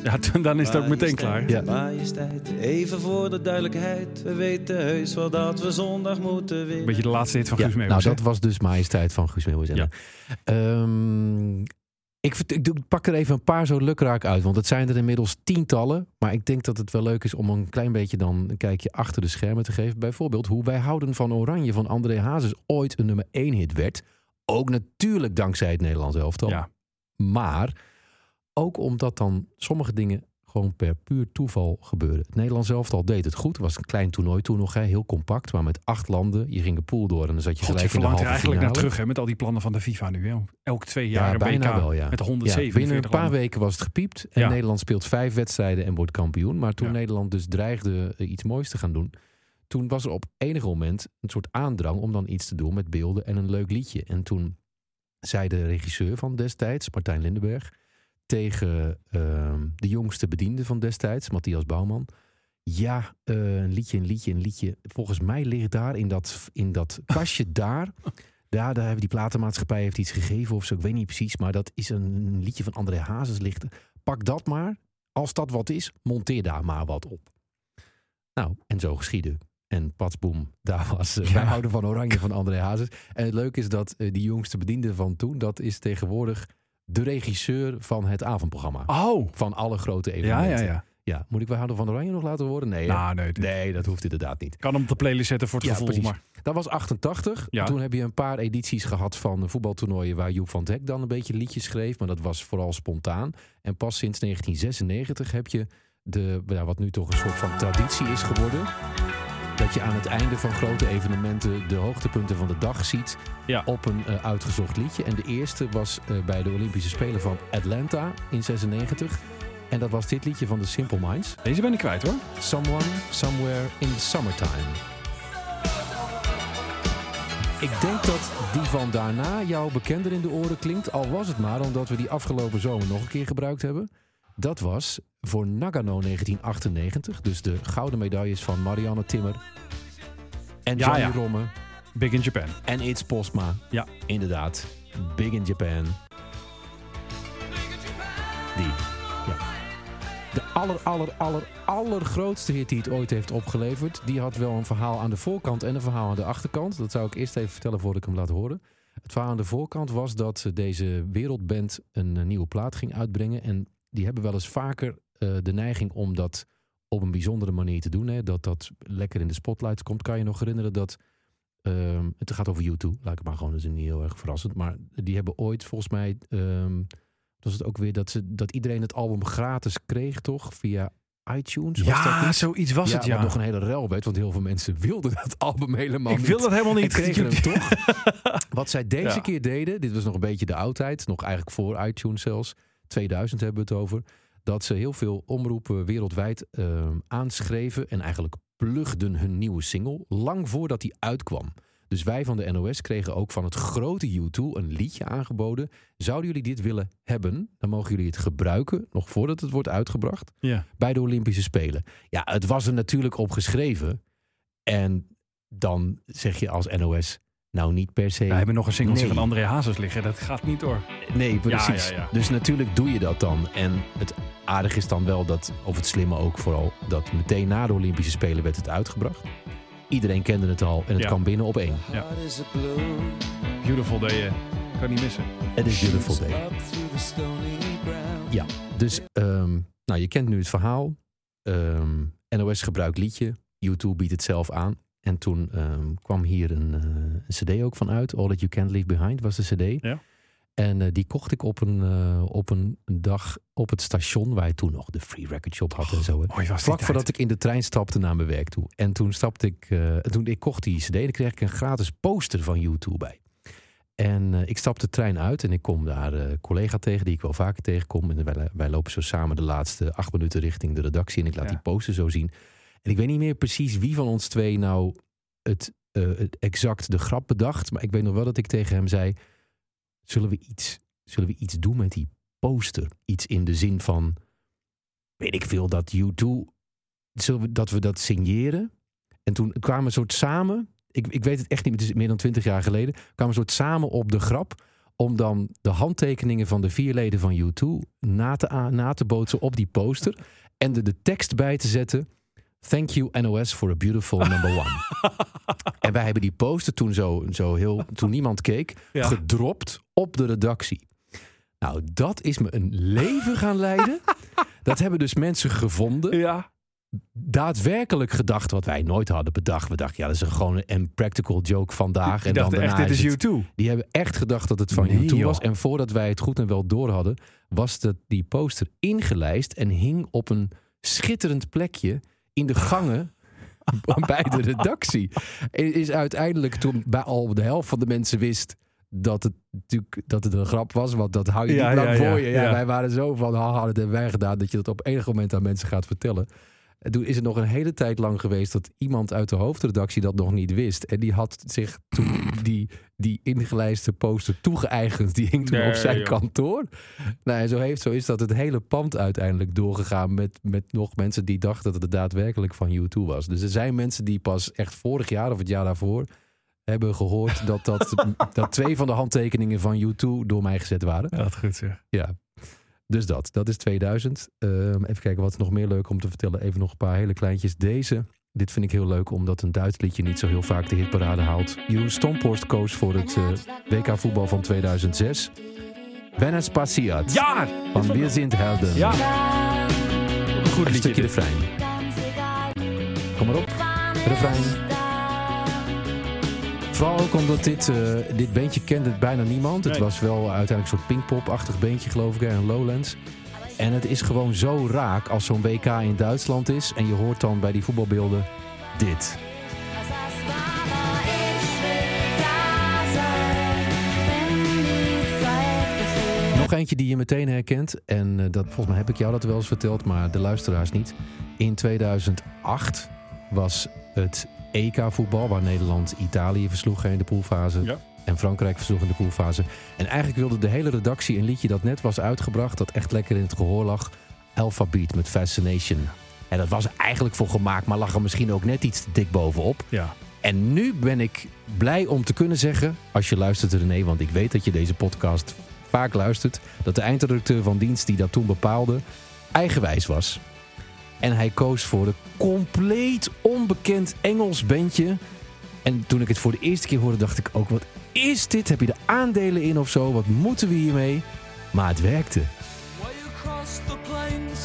[SPEAKER 3] Ja, toen- dan is
[SPEAKER 6] Eh,
[SPEAKER 3] het ook meteen klaar.
[SPEAKER 4] Ja.
[SPEAKER 8] Majesteit, even voor de duidelijkheid. We weten heus wel dat we zondag moeten winnen.
[SPEAKER 3] Beetje de laatste hit van
[SPEAKER 4] Ja,
[SPEAKER 3] Guus Meeuwis.
[SPEAKER 4] nou,
[SPEAKER 3] hè?
[SPEAKER 4] dat was dus Majesteit van Guus Meeuwis.
[SPEAKER 3] Ja.
[SPEAKER 4] Ehm, ik, vert- ik doe- ik pak er even een paar zo lukraak uit, want het zijn er inmiddels tientallen. Maar ik denk dat het wel leuk is om een klein beetje dan een kijkje achter de schermen te geven. Bijvoorbeeld hoe Wij Houden van Oranje van André Hazes ooit een nummer 1 hit werd. Ook natuurlijk dankzij het Nederlands elftal.
[SPEAKER 3] Ja.
[SPEAKER 4] Maar ook omdat dan sommige dingen gewoon per puur toeval gebeuren. Het Nederlands elftal deed het goed. Het was een klein toernooi toen nog, hè, heel compact. Maar met acht landen, je ging de pool door en dan zat
[SPEAKER 3] God, je
[SPEAKER 4] je gelijk in de
[SPEAKER 3] verlangt
[SPEAKER 4] halve
[SPEAKER 3] er eigenlijk naar
[SPEAKER 4] finale.
[SPEAKER 3] terug hè, met al die plannen van de FIFA nu. Hè. Elk twee
[SPEAKER 4] Ja,
[SPEAKER 3] jaar een
[SPEAKER 4] bijna
[SPEAKER 3] WK
[SPEAKER 4] wel, ja.
[SPEAKER 3] met
[SPEAKER 4] Ja,
[SPEAKER 3] 147
[SPEAKER 4] binnen een paar
[SPEAKER 3] landen.
[SPEAKER 4] weken was het gepiept. En
[SPEAKER 3] Ja.
[SPEAKER 4] Nederland speelt vijf wedstrijden en wordt kampioen. Maar toen
[SPEAKER 3] Ja.
[SPEAKER 4] Nederland dus dreigde eh, iets moois te gaan doen... toen was er op enig moment een soort aandrang om dan iets te doen met beelden en een leuk liedje. En toen zei de regisseur van destijds, Martijn Lindenberg... tegen ehm, de jongste bediende van destijds, Matthias Bouwman... Ja, eh, een liedje, een liedje, een liedje. Volgens mij ligt daar in dat, in dat kastje (laughs) daar... Ja, daar hebben die platenmaatschappij heeft iets gegeven of zo. Ik weet niet precies, maar dat is een, een liedje van André Hazes lichten. Pak dat maar. Als dat wat is, monteer daar maar wat op. Nou, en zo geschiedde. En patsboom, (laughs) daar was eh, wij houden van Oranje van André Hazes. En het leuke is dat eh, die jongste bediende van toen... dat is tegenwoordig de regisseur van het avondprogramma.
[SPEAKER 3] Oh,
[SPEAKER 4] Van alle grote
[SPEAKER 3] ja,
[SPEAKER 4] evenementen.
[SPEAKER 3] ja, ja.
[SPEAKER 4] Ja, moet ik wij houden van Oranje nog laten worden? Nee, hè?
[SPEAKER 3] Nou, nee, nee.
[SPEAKER 4] nee dat hoeft inderdaad niet.
[SPEAKER 3] Kan hem op de playlist zetten voor het
[SPEAKER 4] Ja,
[SPEAKER 3] gevoel.
[SPEAKER 4] precies.
[SPEAKER 3] Maar
[SPEAKER 4] Dat was 88.
[SPEAKER 3] Ja.
[SPEAKER 4] Toen heb je een paar edities gehad van voetbaltoernooien waar Joep van het Hek dan een beetje liedjes schreef. Maar dat was vooral spontaan. En pas sinds 1996 heb je de, ja, wat nu toch een soort van traditie is geworden. Dat je aan het einde van grote evenementen de hoogtepunten van de dag ziet
[SPEAKER 3] Ja.
[SPEAKER 4] op een eh, uitgezocht liedje. En de eerste was eh, bij de Olympische Spelen van Atlanta in 96. En dat was dit liedje van de Simple Minds.
[SPEAKER 3] Deze ben ik kwijt hoor.
[SPEAKER 4] Someone, Somewhere in the Summertime. Ik denk dat die van daarna jou bekender in de oren klinkt. Al was het maar omdat we die afgelopen zomer nog een keer gebruikt hebben. Dat was voor Nagano 1998. Dus de gouden medailles van Marianne Timmer. En
[SPEAKER 3] Ja,
[SPEAKER 4] Johnny
[SPEAKER 3] ja.
[SPEAKER 4] Romme.
[SPEAKER 3] Big in Japan.
[SPEAKER 4] En It's Postma.
[SPEAKER 3] Ja.
[SPEAKER 4] Inderdaad. Big in Japan. Die. Ja. De aller, aller, aller, allergrootste hit die het ooit heeft opgeleverd. Die had wel een verhaal aan de voorkant en een verhaal aan de achterkant. Dat zou ik eerst even vertellen voordat ik hem laat horen. Het verhaal aan de voorkant was dat eh, deze wereldband een eh, nieuwe plaat ging uitbrengen. En die hebben wel eens vaker eh, de neiging om dat op een bijzondere manier te doen. Hè? Dat dat lekker in de spotlight komt. Kan je nog herinneren dat Ehm, het gaat over YouTube. Laat ik het maar gewoon. Dat is niet heel erg verrassend. Maar die hebben ooit volgens mij. ehm, wat was het ook weer dat, ze, dat iedereen het album gratis kreeg, toch? Via iTunes. was dat niet?
[SPEAKER 3] zoiets was
[SPEAKER 4] ja, Wat nog een hele rel werd, want heel veel mensen wilden dat album helemaal
[SPEAKER 3] Ik
[SPEAKER 4] niet.
[SPEAKER 3] wil dat helemaal (laughs)
[SPEAKER 4] En
[SPEAKER 3] niet.
[SPEAKER 4] kregen hem toch. (laughs) Wat zij deze
[SPEAKER 3] Ja.
[SPEAKER 4] keer deden, dit was nog een beetje de oudheid, nog eigenlijk voor iTunes zelfs, 2000 hebben we het over, dat ze heel veel omroepen wereldwijd ehm, aanschreven en eigenlijk plugden hun nieuwe single lang voordat die uitkwam. Dus wij van de NOS kregen ook van het grote U2 een liedje aangeboden. Zouden jullie dit willen hebben, dan mogen jullie het gebruiken, nog voordat het wordt uitgebracht
[SPEAKER 3] Ja.
[SPEAKER 4] bij de Olympische Spelen. Ja, het was er natuurlijk op geschreven. En dan zeg je als NOS, nou niet per se.
[SPEAKER 3] We hebben nog een singeltje
[SPEAKER 4] Nee.
[SPEAKER 3] van André Hazes liggen. Dat gaat niet door.
[SPEAKER 4] Nee, precies.
[SPEAKER 3] Ja, ja, ja.
[SPEAKER 4] Dus natuurlijk doe je dat dan. En het aardige is dan wel dat, of het slimme ook vooral, dat meteen na de Olympische Spelen werd het uitgebracht. Iedereen kende het al en het
[SPEAKER 3] Ja.
[SPEAKER 4] kwam binnen op één.
[SPEAKER 3] Ja. Beautiful day. eh. Kan niet missen.
[SPEAKER 4] Het is Beautiful Day. Ja, dus ehm, nou, je kent nu het verhaal. Ehm, NOS gebruikt liedje. YouTube biedt het zelf aan. En toen ehm, kwam hier een, eh, een cd ook van uit. All That You Can't Leave Behind was de cd.
[SPEAKER 3] Ja.
[SPEAKER 4] En eh, die kocht ik op een, eh, op een dag op het station... waar je toen nog de Free Record Shop had en zo. hè.
[SPEAKER 3] Oh, Mooi was
[SPEAKER 4] Vlak voordat ik in de trein stapte naar mijn werk toe. En toen stapte ik, eh, toen ik kocht die CD, dan kreeg ik een gratis poster van YouTube bij. En eh, ik stap de trein uit en ik kom daar eh, een collega tegen die ik wel vaker tegenkom. En wij, wij lopen zo samen de laatste acht minuten richting de redactie. En ik laat
[SPEAKER 3] Ja.
[SPEAKER 4] die poster zo zien. En ik weet niet meer precies wie van ons twee nou het, eh, het exact de grap bedacht. Maar ik weet nog wel dat ik tegen hem zei: zullen we iets, zullen we iets doen met die poster? Iets in de zin van, weet ik veel, dat U2, zullen we, dat we dat signeren? En toen kwamen we soort samen, ik, ik weet het echt niet, het is meer dan twintig jaar geleden, kwamen we soort samen op de grap om dan de handtekeningen van de vier leden van U2 na te, a- na te bootsen op die poster en er de tekst bij te zetten. Thank you NOS for a beautiful number one. en wij hebben die poster toen zo, zo heel, toen niemand keek,
[SPEAKER 3] Ja.
[SPEAKER 4] gedropt op de redactie. Nou, dat is me een leven gaan
[SPEAKER 3] (laughs)
[SPEAKER 4] leiden. dat hebben dus mensen gevonden
[SPEAKER 3] Ja.
[SPEAKER 4] daadwerkelijk gedacht wat wij nooit hadden bedacht. We dachten, ja, dat is een, gewoon een practical joke vandaag.
[SPEAKER 3] Ik
[SPEAKER 4] en dan
[SPEAKER 3] dacht
[SPEAKER 4] daarna
[SPEAKER 3] echt, dit
[SPEAKER 4] is
[SPEAKER 3] is
[SPEAKER 4] het-
[SPEAKER 3] U2.
[SPEAKER 4] Die hebben echt gedacht dat het van
[SPEAKER 3] Nee,
[SPEAKER 4] YouTube
[SPEAKER 3] joh.
[SPEAKER 4] was. En voordat wij het goed en wel door hadden, was dat die poster ingelijst en hing op een schitterend plekje in de gangen (laughs) bij de redactie. En is uiteindelijk toen bij al de helft van de mensen wist dat het natuurlijk dat het een grap was, want dat hou je
[SPEAKER 3] Ja,
[SPEAKER 4] niet lang
[SPEAKER 3] ja, ja,
[SPEAKER 4] voor je. Ja,
[SPEAKER 3] ja.
[SPEAKER 4] Wij waren zo van, haha, dat hebben wij gedaan, dat je dat op enig moment aan mensen gaat vertellen. En toen is het nog een hele tijd lang geweest dat iemand uit de hoofdredactie dat nog niet wist. En die had zich toen die, die ingelijste poster toegeëigend. Die hing toen op
[SPEAKER 3] Nee,
[SPEAKER 4] zijn
[SPEAKER 3] joh.
[SPEAKER 4] kantoor. Nou, en zo, heeft, zo is dat het hele pand uiteindelijk doorgegaan met, met nog mensen die dachten dat het daadwerkelijk van U2 was. Dus er zijn mensen die pas echt vorig jaar of het jaar daarvoor hebben gehoord
[SPEAKER 3] (laughs)
[SPEAKER 4] dat, dat, dat twee van de handtekeningen van U2 door mij gezet waren.
[SPEAKER 3] Dat goed zeg.
[SPEAKER 4] Ja. Dus dat, dat is 2000. Ehm, even kijken wat is nog meer leuk om te vertellen. Even nog een paar hele kleintjes. Deze, dit vind ik heel leuk omdat een Duits liedje niet zo heel vaak de hitparade haalt. Jeroen Stomphorst koos voor het eh, WK voetbal van 2006. Wenn es passiert.
[SPEAKER 3] Ja!
[SPEAKER 4] Van Wir sind Helden.
[SPEAKER 3] Ja. Een goed
[SPEAKER 4] Een
[SPEAKER 3] liedje.
[SPEAKER 4] stukje
[SPEAKER 3] dit.
[SPEAKER 4] refrein. Kom maar op. Refrein. Vooral ook omdat dit, eh dit beentje kende bijna niemand. Het
[SPEAKER 3] Nee.
[SPEAKER 4] was wel uiteindelijk een soort pinkpop-achtig beentje geloof ik. En Lowlands. En het is gewoon zo raak als zo'n WK in Duitsland is. En je hoort dan bij die voetbalbeelden dit. nog eentje die je meteen herkent. En eh, dat, volgens mij heb ik jou dat wel eens verteld, maar de luisteraars niet. In 2008 was het EK-voetbal, waar Nederland Italië versloeg in de poolfase.
[SPEAKER 3] Ja.
[SPEAKER 4] En Frankrijk versloeg in de poolfase. En eigenlijk wilde de hele redactie een liedje dat net was uitgebracht, dat echt lekker in het gehoor lag. Alphabet met Fascination. En dat was er eigenlijk voor gemaakt, maar lag er misschien ook net iets te dik bovenop.
[SPEAKER 3] Ja.
[SPEAKER 4] En nu ben ik blij om te kunnen zeggen, als je luistert René, want ik weet dat je deze podcast vaak luistert, dat de eindredacteur van dienst die dat toen bepaalde, eigenwijs was. En hij koos voor een compleet onbekend Engels bandje. En toen ik het voor de eerste keer hoorde, dacht ik ook, wat is dit? Heb je er aandelen in of zo? Wat moeten we hiermee? Maar het werkte.
[SPEAKER 9] Way across the plains,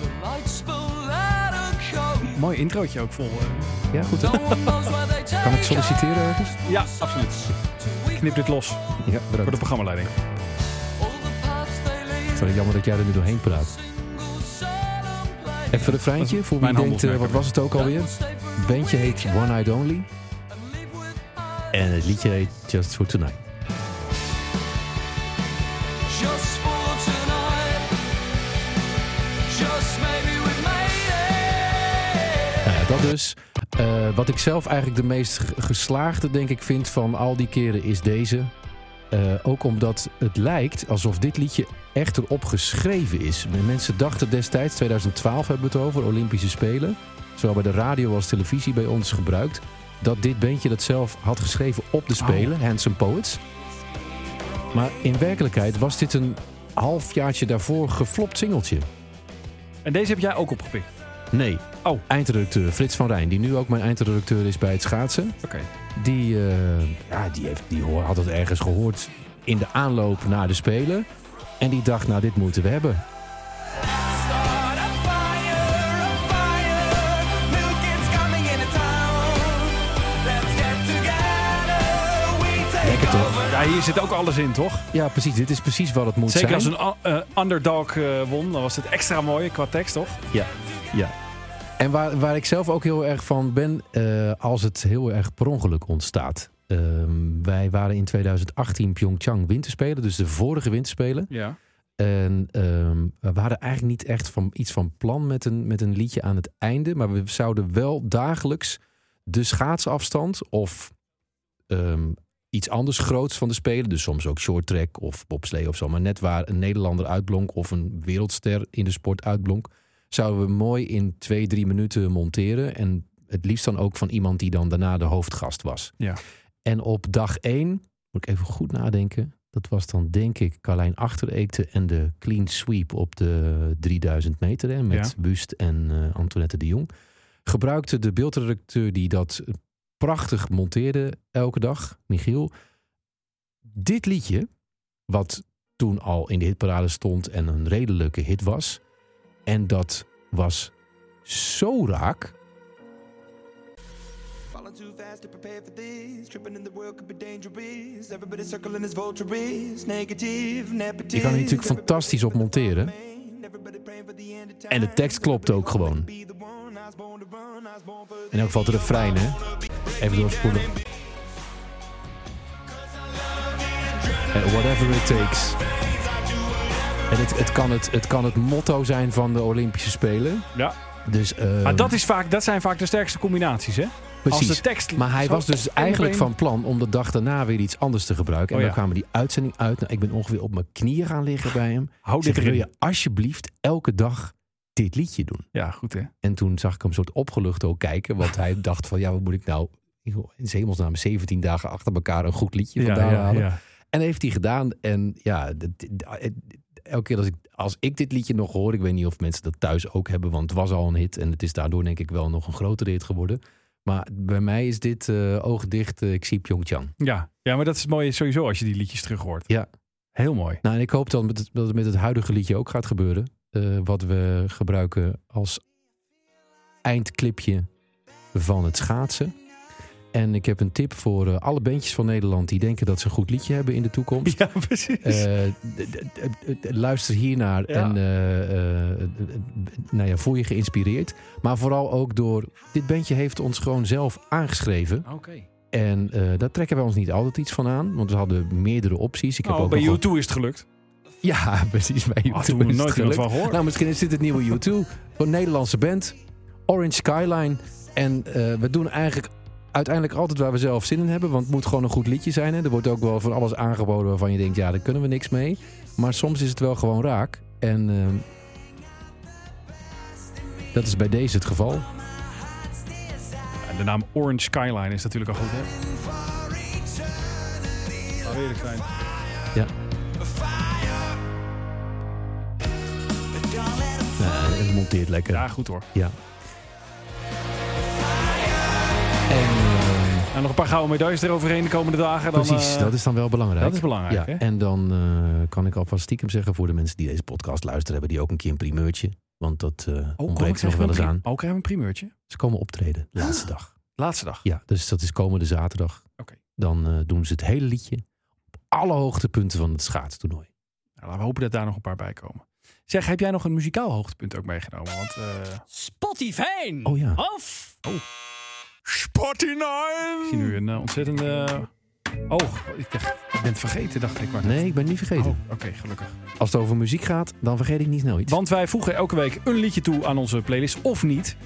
[SPEAKER 9] the lights spill out of cone.
[SPEAKER 3] Mooi introotje ook vol. eh.
[SPEAKER 4] Ja, goed.
[SPEAKER 9] No
[SPEAKER 4] hè?
[SPEAKER 9] one knows where they take
[SPEAKER 4] Kan ik solliciteren ergens?
[SPEAKER 3] Ja, absoluut. Knip dit los
[SPEAKER 4] Ja,
[SPEAKER 3] voor de
[SPEAKER 4] bedankt.
[SPEAKER 3] programmaleiding.
[SPEAKER 9] All the paths they lead.
[SPEAKER 4] Sorry, jammer dat jij er nu doorheen praat.
[SPEAKER 9] Single silent place.
[SPEAKER 4] Even een refreintje voor wie
[SPEAKER 3] Mijn
[SPEAKER 4] denkt, eh, wat
[SPEAKER 3] handelsmerk.
[SPEAKER 4] was het ook alweer?
[SPEAKER 9] Stay for a
[SPEAKER 4] Het bandje heet
[SPEAKER 9] weekend
[SPEAKER 4] One Night Only.
[SPEAKER 9] and live with us
[SPEAKER 4] En het liedje heet Just For Tonight.
[SPEAKER 9] Just for tonight. Just maybe we made it.
[SPEAKER 4] Nou ja, dat dus. Eh, wat ik zelf eigenlijk de meest g- geslaagde, denk ik, vind van al die keren is deze. Eh, ook omdat het lijkt alsof dit liedje echt erop geschreven is. Mensen dachten destijds, 2012 hebben we het over, Olympische Spelen. Zowel bij de radio als televisie bij ons gebruikt. Dat dit bandje dat zelf had geschreven op de Spelen, Handsome Poets. Maar in werkelijkheid was dit een halfjaartje daarvoor geflopt singeltje.
[SPEAKER 3] En deze heb jij ook opgepikt.
[SPEAKER 4] Nee.
[SPEAKER 3] Oh.
[SPEAKER 4] Eindredacteur Frits van Rijn, die nu ook mijn eindredacteur is bij het schaatsen.
[SPEAKER 3] Oké.
[SPEAKER 4] Die, eh, ja, die, heeft, die hoor- had het ergens gehoord in de aanloop naar de Spelen. En die dacht, nou dit moeten we hebben.
[SPEAKER 9] Start a fire, a fire. New kids coming into town. Let's get together. We take
[SPEAKER 4] Lekker toch?
[SPEAKER 3] Ja, hier zit ook alles in, toch?
[SPEAKER 4] Ja, precies. Dit is precies wat het moet
[SPEAKER 3] Zeker als
[SPEAKER 4] zijn.
[SPEAKER 3] een eh, underdog eh, won, dan was het extra mooi qua tekst, toch?
[SPEAKER 4] Ja, ja. En waar, waar ik zelf ook heel erg van ben, eh, als het heel erg per ongeluk ontstaat. Ehm, wij waren in 2018 Pyeongchang winterspelen, dus de vorige winterspelen.
[SPEAKER 3] Ja.
[SPEAKER 4] En ehm, we waren eigenlijk niet echt van, iets van plan met een, met een liedje aan het einde. Maar we zouden wel dagelijks de schaatsafstand of ehm, iets anders groots van de Spelen. Dus soms ook short track of bobslee of zo. Maar net waar een Nederlander uitblonk of een wereldster in de sport uitblonk. Zouden we mooi in twee, drie minuten monteren. En het liefst dan ook van iemand die dan daarna de hoofdgast was.
[SPEAKER 3] Ja.
[SPEAKER 4] En op dag één, moet ik even goed nadenken. Dat was dan denk ik Carlijn Achtereekte en de clean sweep op de 3000 meter. Hè, met Wust en eh, Antoinette de Jong. Gebruikte de beeldredacteur die dat eh, prachtig monteerde elke dag, Michiel. Dit liedje, wat toen al in de hitparade stond en een redelijke hit was. En dat was zo raak.
[SPEAKER 10] Falling too fast to prepare for this. Tripping in the world could be dangerous. Everybody circling is vultures. Negative, nepotism.
[SPEAKER 4] Je kan er natuurlijk fantastisch op monteren. En de tekst klopt ook gewoon. In elk geval het refrein, hè. Even doorspoelen. Eh, whatever it takes. En het, het, kan het, het kan het motto zijn van de Olympische Spelen.
[SPEAKER 3] Ja.
[SPEAKER 4] Dus, eh,
[SPEAKER 3] Maar dat, is vaak, dat zijn vaak de sterkste combinaties, hè?
[SPEAKER 4] precies.
[SPEAKER 3] Als de tekst
[SPEAKER 4] Maar hij
[SPEAKER 3] zo
[SPEAKER 4] was dus eigenlijk
[SPEAKER 3] één op
[SPEAKER 4] van plan om de dag daarna weer iets anders te gebruiken. En
[SPEAKER 3] Oh,
[SPEAKER 4] dan
[SPEAKER 3] ja.
[SPEAKER 4] kwamen die uitzending uit. Nou, ik ben ongeveer op mijn knieën gaan liggen bij hem.
[SPEAKER 3] één. Hou
[SPEAKER 4] Ik
[SPEAKER 3] dit
[SPEAKER 4] zeg, wil
[SPEAKER 3] erin.
[SPEAKER 4] je alsjeblieft elke dag dit liedje doen?
[SPEAKER 3] Ja, goed hè.
[SPEAKER 4] En toen zag ik hem soort opgelucht ook kijken. Want
[SPEAKER 3] (laughs)
[SPEAKER 4] hij dacht van, ja, wat moet ik nou in zijn hemelsnaam 17 dagen achter elkaar een goed liedje vandaan
[SPEAKER 3] ja,
[SPEAKER 4] halen.
[SPEAKER 3] ja.
[SPEAKER 4] En heeft hij gedaan. En ja, dat- dat- eh, elke keer als ik, als ik dit liedje nog hoor, ik weet niet of mensen dat thuis ook hebben, want het was al een hit. En het is daardoor denk ik wel nog een grotere hit geworden. Maar bij mij is dit eh oog dicht, eh, ik zie Pyeongchang.
[SPEAKER 3] Ja. ja, maar dat is het mooie sowieso als je die liedjes terug hoort.
[SPEAKER 4] Ja.
[SPEAKER 3] Heel mooi. (laughs)
[SPEAKER 4] Nou, en ik hoop dan met het, dat het met het huidige liedje ook gaat gebeuren. eh, wat we gebruiken als eindclipje van het schaatsen. En ik heb een tip voor eh, alle bandjes van Nederland die denken dat ze een goed liedje hebben in de toekomst.
[SPEAKER 3] (laughs) Ja, precies.
[SPEAKER 4] Eh, d- d- d- d- luister hiernaar
[SPEAKER 3] Ja.
[SPEAKER 4] en eh, eh, d- d- nou ja, voel je geïnspireerd. Maar vooral ook door, dit bandje heeft ons gewoon zelf aangeschreven.
[SPEAKER 3] Oké.
[SPEAKER 4] En eh, daar trekken wij ons niet altijd iets van aan, want we hadden meerdere opties. Ik heb
[SPEAKER 3] Oh,
[SPEAKER 4] ook
[SPEAKER 3] bij
[SPEAKER 4] nog wat-
[SPEAKER 3] U2 is het gelukt.
[SPEAKER 4] Ja, (laughs) precies. Bij U2
[SPEAKER 3] toen we
[SPEAKER 4] is het
[SPEAKER 3] nooit iemand
[SPEAKER 4] gelukt.
[SPEAKER 3] van gehoord.
[SPEAKER 4] Nou, misschien is dit het nieuwe U2. Een Nederlandse band. Orange Skyline. En eh, we doen eigenlijk uiteindelijk altijd waar we zelf zin in hebben. Want het moet gewoon een goed liedje zijn. Hè. Er wordt ook wel van alles aangeboden waarvan je denkt... ja, daar kunnen we niks mee. Maar soms is het wel gewoon raak. En ehm, dat is bij deze het geval.
[SPEAKER 3] Ja, de naam Orange Skyline is natuurlijk al goed, hè? Laten we eerlijk zijn.
[SPEAKER 4] Ja. Nou, het monteert lekker.
[SPEAKER 3] Ja, goed hoor.
[SPEAKER 4] Ja. En, ehm,
[SPEAKER 3] En nog een paar gouden medailles eroverheen de komende dagen. Dan,
[SPEAKER 4] Precies,
[SPEAKER 3] eh,
[SPEAKER 4] dat is dan wel belangrijk.
[SPEAKER 3] dat is belangrijk,
[SPEAKER 4] Ja,
[SPEAKER 3] hè?
[SPEAKER 4] en dan eh, kan ik alvast stiekem zeggen voor de mensen die deze podcast luisteren, hebben die ook een keer een primeurtje. Want dat eh
[SPEAKER 3] Oh,
[SPEAKER 4] ontbreekt nog wel eens aan.
[SPEAKER 3] Ook hebben we een Ah. primeurtje.
[SPEAKER 4] Ze komen optreden, de laatste dag.
[SPEAKER 3] Laatste dag.
[SPEAKER 4] Ja, dus dat is komende zaterdag.
[SPEAKER 3] Oké.
[SPEAKER 4] Dan eh, doen ze het hele liedje op alle hoogtepunten van het schaatstoernooi.
[SPEAKER 3] Nou, laten we hopen dat daar nog een paar bij komen. Zeg, heb jij nog een muzikaal hoogtepunt ook meegenomen? Want, eh,
[SPEAKER 11] Spotify.
[SPEAKER 4] Oh ja.
[SPEAKER 11] Of.
[SPEAKER 3] ik zie nu een eh, ontzettende... Oh, ik dacht, ik ben het vergeten, dacht ik maar.
[SPEAKER 4] Nee, ik ben het niet
[SPEAKER 3] Oh,
[SPEAKER 4] vergeten.
[SPEAKER 3] oké, gelukkig.
[SPEAKER 4] Als het over muziek gaat, dan vergeet ik niet snel iets.
[SPEAKER 3] Want wij voegen elke week een liedje toe aan onze playlist, of niet.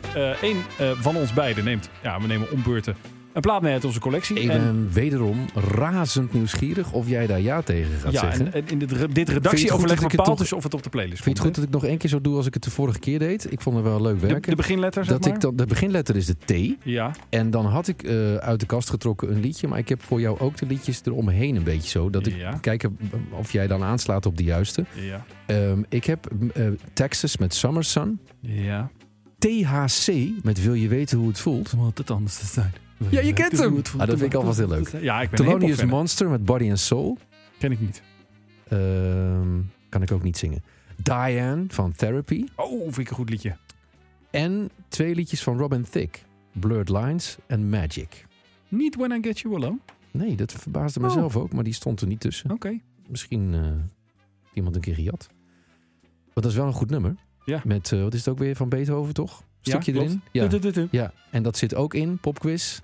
[SPEAKER 3] Eén van ons beiden neemt, ja, we nemen om beurten een plaat mee uit onze collectie.
[SPEAKER 4] ik
[SPEAKER 3] En-
[SPEAKER 4] ben wederom razend nieuwsgierig of jij daar ja tegen gaat
[SPEAKER 3] ja,
[SPEAKER 4] zeggen.
[SPEAKER 3] en, en in dit, re- dit
[SPEAKER 4] goed dat
[SPEAKER 3] redactieoverleg
[SPEAKER 4] ik het
[SPEAKER 3] bepaalt
[SPEAKER 4] toch-
[SPEAKER 3] dus of het op de playlist
[SPEAKER 4] Vind je het
[SPEAKER 3] komt,
[SPEAKER 4] goed dat ik nog één keer zo doe als ik het de vorige keer deed? Ik vond het wel leuk
[SPEAKER 3] hè?
[SPEAKER 4] werken.
[SPEAKER 3] de, de beginletter, zeg
[SPEAKER 4] dat
[SPEAKER 3] maar?
[SPEAKER 4] ik dan, de beginletter is de T.
[SPEAKER 3] Ja,
[SPEAKER 4] En dan had ik eh, uit de kast getrokken een liedje. Maar ik heb voor jou ook de liedjes eromheen een beetje zo. Dat ik
[SPEAKER 3] Ja.
[SPEAKER 4] kijk eh, of jij dan aanslaat op de juiste.
[SPEAKER 3] ja,
[SPEAKER 4] Ehm, ik heb mm, eh, Texas met Summer Sun.
[SPEAKER 3] ja.
[SPEAKER 4] THC met Wil je weten hoe het voelt.
[SPEAKER 3] Wat het anders te zijn.
[SPEAKER 4] Ja, je kent hem. Ah, dat vind ik alvast heel leuk.
[SPEAKER 3] Ja, ik ben een
[SPEAKER 4] Thelonious
[SPEAKER 3] hiphop fan.
[SPEAKER 4] Monster met Body and Soul.
[SPEAKER 3] Ken ik niet.
[SPEAKER 4] Ehm, kan ik ook niet zingen. Diane van Therapy.
[SPEAKER 3] Oh, vind ik een goed liedje.
[SPEAKER 4] En twee liedjes van Robin Thicke. Blurred Lines en Magic.
[SPEAKER 3] Niet When I Get You Alone.
[SPEAKER 4] Nee, dat verbaasde
[SPEAKER 3] Oh.
[SPEAKER 4] mezelf ook, maar die stond er niet tussen.
[SPEAKER 3] Oké.
[SPEAKER 4] misschien eh, iemand een keer gejat. Want dat is wel een goed nummer.
[SPEAKER 3] Ja.
[SPEAKER 4] Met, eh, wat is het ook weer, van Beethoven toch?
[SPEAKER 3] Ja,
[SPEAKER 4] Stukje
[SPEAKER 3] klopt.
[SPEAKER 4] erin.
[SPEAKER 3] Du-
[SPEAKER 4] Ja.
[SPEAKER 3] du- du- du.
[SPEAKER 4] ja, en dat zit ook in, popquiz.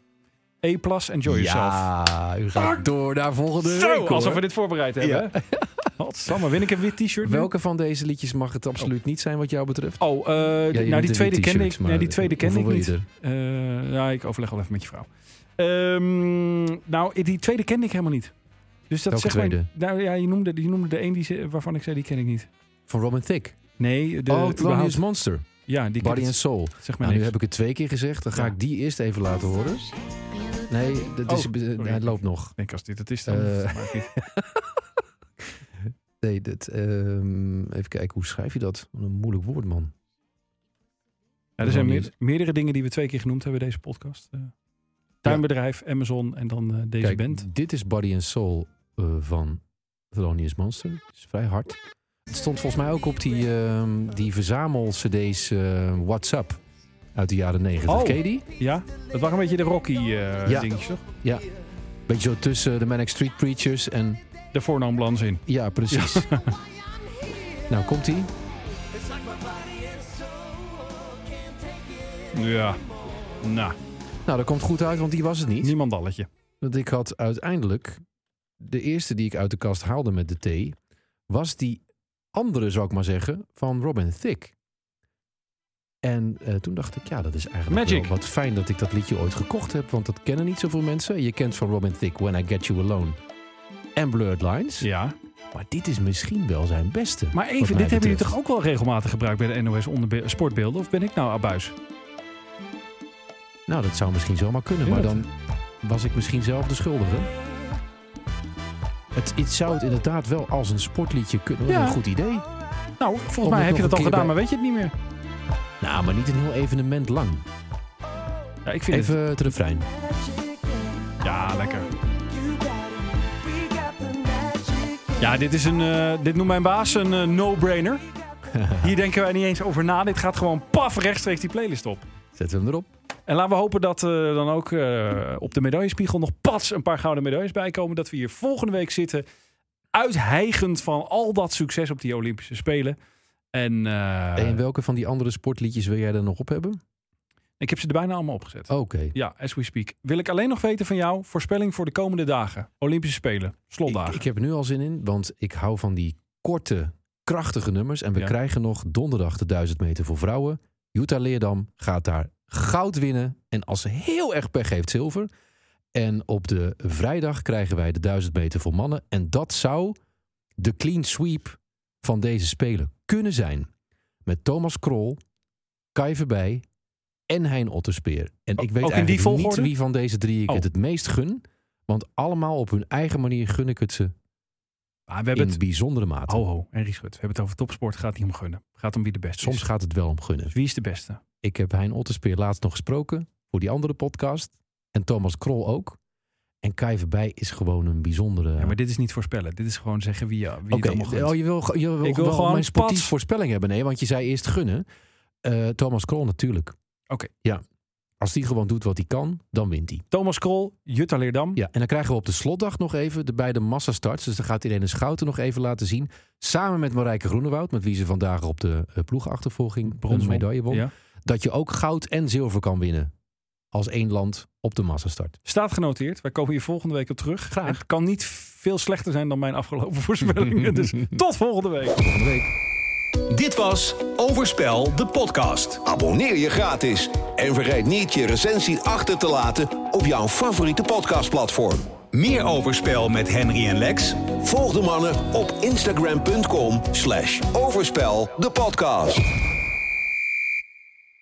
[SPEAKER 3] A plus, enjoy yourself.
[SPEAKER 4] Ja, u gaat door naar volgende
[SPEAKER 3] Zo,
[SPEAKER 4] week, hoor.
[SPEAKER 3] alsof we dit voorbereid hebben. hè? (laughs) Godsamme, win ik een wit t-shirt nu?
[SPEAKER 4] Welke van deze liedjes mag het absoluut niet zijn wat jou betreft?
[SPEAKER 3] Oh, eh,
[SPEAKER 4] Ja,
[SPEAKER 3] nou,
[SPEAKER 4] je noemt
[SPEAKER 3] die
[SPEAKER 4] een
[SPEAKER 3] tweede
[SPEAKER 4] wit
[SPEAKER 3] kende ik,
[SPEAKER 4] t-shirt, maar
[SPEAKER 3] nee, die tweede kende ik
[SPEAKER 4] hoeveel
[SPEAKER 3] niet.
[SPEAKER 4] wil je
[SPEAKER 3] Eh, ja, ik overleg wel even met je vrouw. Ehm, nou, die tweede kende ik helemaal niet. Dus dat
[SPEAKER 4] Welke
[SPEAKER 3] zegt mij-
[SPEAKER 4] tweede?
[SPEAKER 3] nou, ja, je noemde, je noemde de een die, ze- waarvan ik zei, die ken ik niet.
[SPEAKER 4] er? Van Robin Thicke.
[SPEAKER 3] Nee, de
[SPEAKER 4] oh,
[SPEAKER 3] überhaupt-
[SPEAKER 4] Thelonious Monster.
[SPEAKER 3] Ja, die
[SPEAKER 4] Body
[SPEAKER 3] ken
[SPEAKER 4] and
[SPEAKER 3] ik.
[SPEAKER 4] Soul.
[SPEAKER 3] Zeg maar
[SPEAKER 4] Nou, nu
[SPEAKER 3] niks.
[SPEAKER 4] heb ik het twee keer gezegd. Dan ga
[SPEAKER 3] Ja.
[SPEAKER 4] ik die eerst even laten horen. Nee, dat is,
[SPEAKER 3] Oh,
[SPEAKER 4] eh,
[SPEAKER 3] sorry.
[SPEAKER 4] hij loopt nog.
[SPEAKER 3] Ik denk als dit het is, dan
[SPEAKER 4] Eh.
[SPEAKER 3] maakt
[SPEAKER 4] (laughs)
[SPEAKER 3] niet.
[SPEAKER 4] Nee, dat, ehm, even kijken, hoe schrijf je dat? Wat een moeilijk woord, man.
[SPEAKER 3] Ja, er
[SPEAKER 4] Dat
[SPEAKER 3] zijn
[SPEAKER 4] wel
[SPEAKER 3] meer-
[SPEAKER 4] niet.
[SPEAKER 3] meerdere dingen die we twee keer genoemd hebben deze podcast. Eh, tuinbedrijf, Amazon en dan eh, deze
[SPEAKER 4] Kijk,
[SPEAKER 3] band.
[SPEAKER 4] dit is Body and Soul eh, van Thelonious Monster. Het is vrij hard. Het stond volgens mij ook op die, ehm, die verzamel-cd's eh, WhatsApp uit de jaren negentig.
[SPEAKER 3] Oh.
[SPEAKER 4] Ken je die?
[SPEAKER 3] Ja, dat waren een beetje de Rocky eh
[SPEAKER 4] Ja.
[SPEAKER 3] dingetjes, toch?
[SPEAKER 4] Beetje zo tussen de Manic Street Preachers en...
[SPEAKER 3] Daarvoor nam Blans in.
[SPEAKER 4] Ja, precies.
[SPEAKER 3] (laughs)
[SPEAKER 4] nou, komt-ie.
[SPEAKER 3] Ja, nou,
[SPEAKER 4] Nou, dat komt goed uit, want die was het niet.
[SPEAKER 3] niemand dalletje.
[SPEAKER 4] Want ik had uiteindelijk... De eerste die ik uit de kast haalde met de T... was die andere, zou ik maar zeggen, van Robin Thicke. En eh, toen dacht ik, ja, dat is eigenlijk
[SPEAKER 3] Magic.
[SPEAKER 4] wel wat fijn dat ik dat liedje ooit gekocht heb. Want dat kennen niet zoveel mensen. Je kent van Robin Thicke When I Get You Alone en Blurred Lines.
[SPEAKER 3] Ja,
[SPEAKER 4] Maar dit is misschien wel zijn beste.
[SPEAKER 3] maar
[SPEAKER 4] wat
[SPEAKER 3] even,
[SPEAKER 4] mij
[SPEAKER 3] dit hebben jullie
[SPEAKER 4] betreft.
[SPEAKER 3] toch ook wel regelmatig gebruikt bij de NOS onderbe- sportbeelden? Of ben ik nou abuis?
[SPEAKER 4] Nou, dat zou misschien zomaar kunnen.
[SPEAKER 3] Ja,
[SPEAKER 4] maar
[SPEAKER 3] dat-
[SPEAKER 4] dan was ik misschien zelf de schuldige. Het, het zou het inderdaad wel als een sportliedje kunnen. Wat
[SPEAKER 3] Ja.
[SPEAKER 4] een goed idee.
[SPEAKER 3] Nou, volgens
[SPEAKER 4] Om
[SPEAKER 3] mij
[SPEAKER 4] het
[SPEAKER 3] heb je
[SPEAKER 4] nog
[SPEAKER 3] dat al
[SPEAKER 4] een keer
[SPEAKER 3] gedaan,
[SPEAKER 4] bij-
[SPEAKER 3] maar weet je het niet meer?
[SPEAKER 4] Nou, maar niet een heel evenement lang.
[SPEAKER 3] Ja, ik vind
[SPEAKER 4] Even het refrein.
[SPEAKER 3] het... Ja, lekker. Ja, dit is een... eh, dit noemt mijn baas een eh,
[SPEAKER 4] (laughs)
[SPEAKER 3] no-brainer. Hier denken wij niet eens over na. Dit gaat gewoon paf rechtstreeks die playlist op.
[SPEAKER 4] Zetten we hem erop.
[SPEAKER 3] En laten we hopen dat eh, dan ook eh, op de medaillespiegel nog pas een paar gouden medailles bijkomen. Dat we hier volgende week zitten. Uithijgend van al dat succes op die Olympische Spelen. En eh,
[SPEAKER 4] en welke van die andere sportliedjes wil jij er nog op hebben?
[SPEAKER 3] ik heb ze er bijna allemaal opgezet.
[SPEAKER 4] Oké.
[SPEAKER 3] Ja, as we speak. Wil ik alleen nog weten van jou, voorspelling voor de komende dagen. Olympische Spelen,
[SPEAKER 4] Ik,
[SPEAKER 3] slotdagen.
[SPEAKER 4] ik heb er nu al zin in, want ik hou van die korte, krachtige nummers. En we
[SPEAKER 3] Ja.
[SPEAKER 4] krijgen nog donderdag de 1000 meter voor vrouwen. Jutta Leerdam gaat daar goud winnen. En als ze heel erg pech heeft, zilver. En op de vrijdag krijgen wij de 1000 meter voor mannen. En dat zou de clean sweep van deze Spelen kunnen zijn. Met Thomas Krol, Kai Verbij en Hein Otterspeer. En
[SPEAKER 3] ook
[SPEAKER 4] ik weet
[SPEAKER 3] in die
[SPEAKER 4] eigenlijk
[SPEAKER 3] volgorde?
[SPEAKER 4] niet wie van deze drie ik
[SPEAKER 3] Oh.
[SPEAKER 4] het het meest gun. Want allemaal op hun eigen manier gun ik het ze
[SPEAKER 3] Maar Ah, we hebben
[SPEAKER 4] in
[SPEAKER 3] het...
[SPEAKER 4] bijzondere mate.
[SPEAKER 3] Ho, ho, Henry Schut. We hebben het over topsport. Gaat niet om gunnen. Gaat om wie de beste
[SPEAKER 4] Soms
[SPEAKER 3] is.
[SPEAKER 4] gaat het wel om gunnen.
[SPEAKER 3] Dus wie is de beste?
[SPEAKER 4] Ik heb Hein Otterspeer laatst nog gesproken voor die andere podcast. En Thomas Krol ook. En Kai Verbij is gewoon een bijzondere...
[SPEAKER 3] Ja, maar dit is niet voorspellen. Dit is gewoon zeggen wie, ja, wie
[SPEAKER 4] Oké,
[SPEAKER 3] het allemaal gunt.
[SPEAKER 4] oh, je wil, ge- je wil,
[SPEAKER 3] Ik wil
[SPEAKER 4] wel
[SPEAKER 3] gewoon
[SPEAKER 4] mijn sportief
[SPEAKER 3] pats.
[SPEAKER 4] voorspelling hebben. Nee, want je zei eerst gunnen. Eh, Thomas Krol natuurlijk.
[SPEAKER 3] Oké.
[SPEAKER 4] Ja. Als die gewoon doet wat hij kan, dan wint hij.
[SPEAKER 3] Thomas Krol, Jutta Leerdam.
[SPEAKER 4] Ja, en dan krijgen we op de slotdag nog even de beide massastarts. Dus dan gaat Irene Schouten nog even laten zien. Samen met Marijke Groenewoud, met wie ze vandaag op de eh, ploegachtervolging
[SPEAKER 3] Brons
[SPEAKER 4] een medaille won.
[SPEAKER 3] Ja.
[SPEAKER 4] Dat je ook goud en zilver kan winnen. Als één land op de massastart.
[SPEAKER 3] Staat genoteerd. Wij komen hier volgende week op terug. Graag. Het kan niet veel slechter zijn dan mijn afgelopen (laughs) voorspellingen. dus tot volgende week.
[SPEAKER 4] Volgende week.
[SPEAKER 1] Dit was Overspel, de podcast.
[SPEAKER 2] Abonneer je gratis en vergeet niet je recensie achter te laten op jouw favoriete podcastplatform.
[SPEAKER 1] Meer Overspel met Henry en Lex
[SPEAKER 2] Volg de mannen op instagram.com slash overspel de podcast.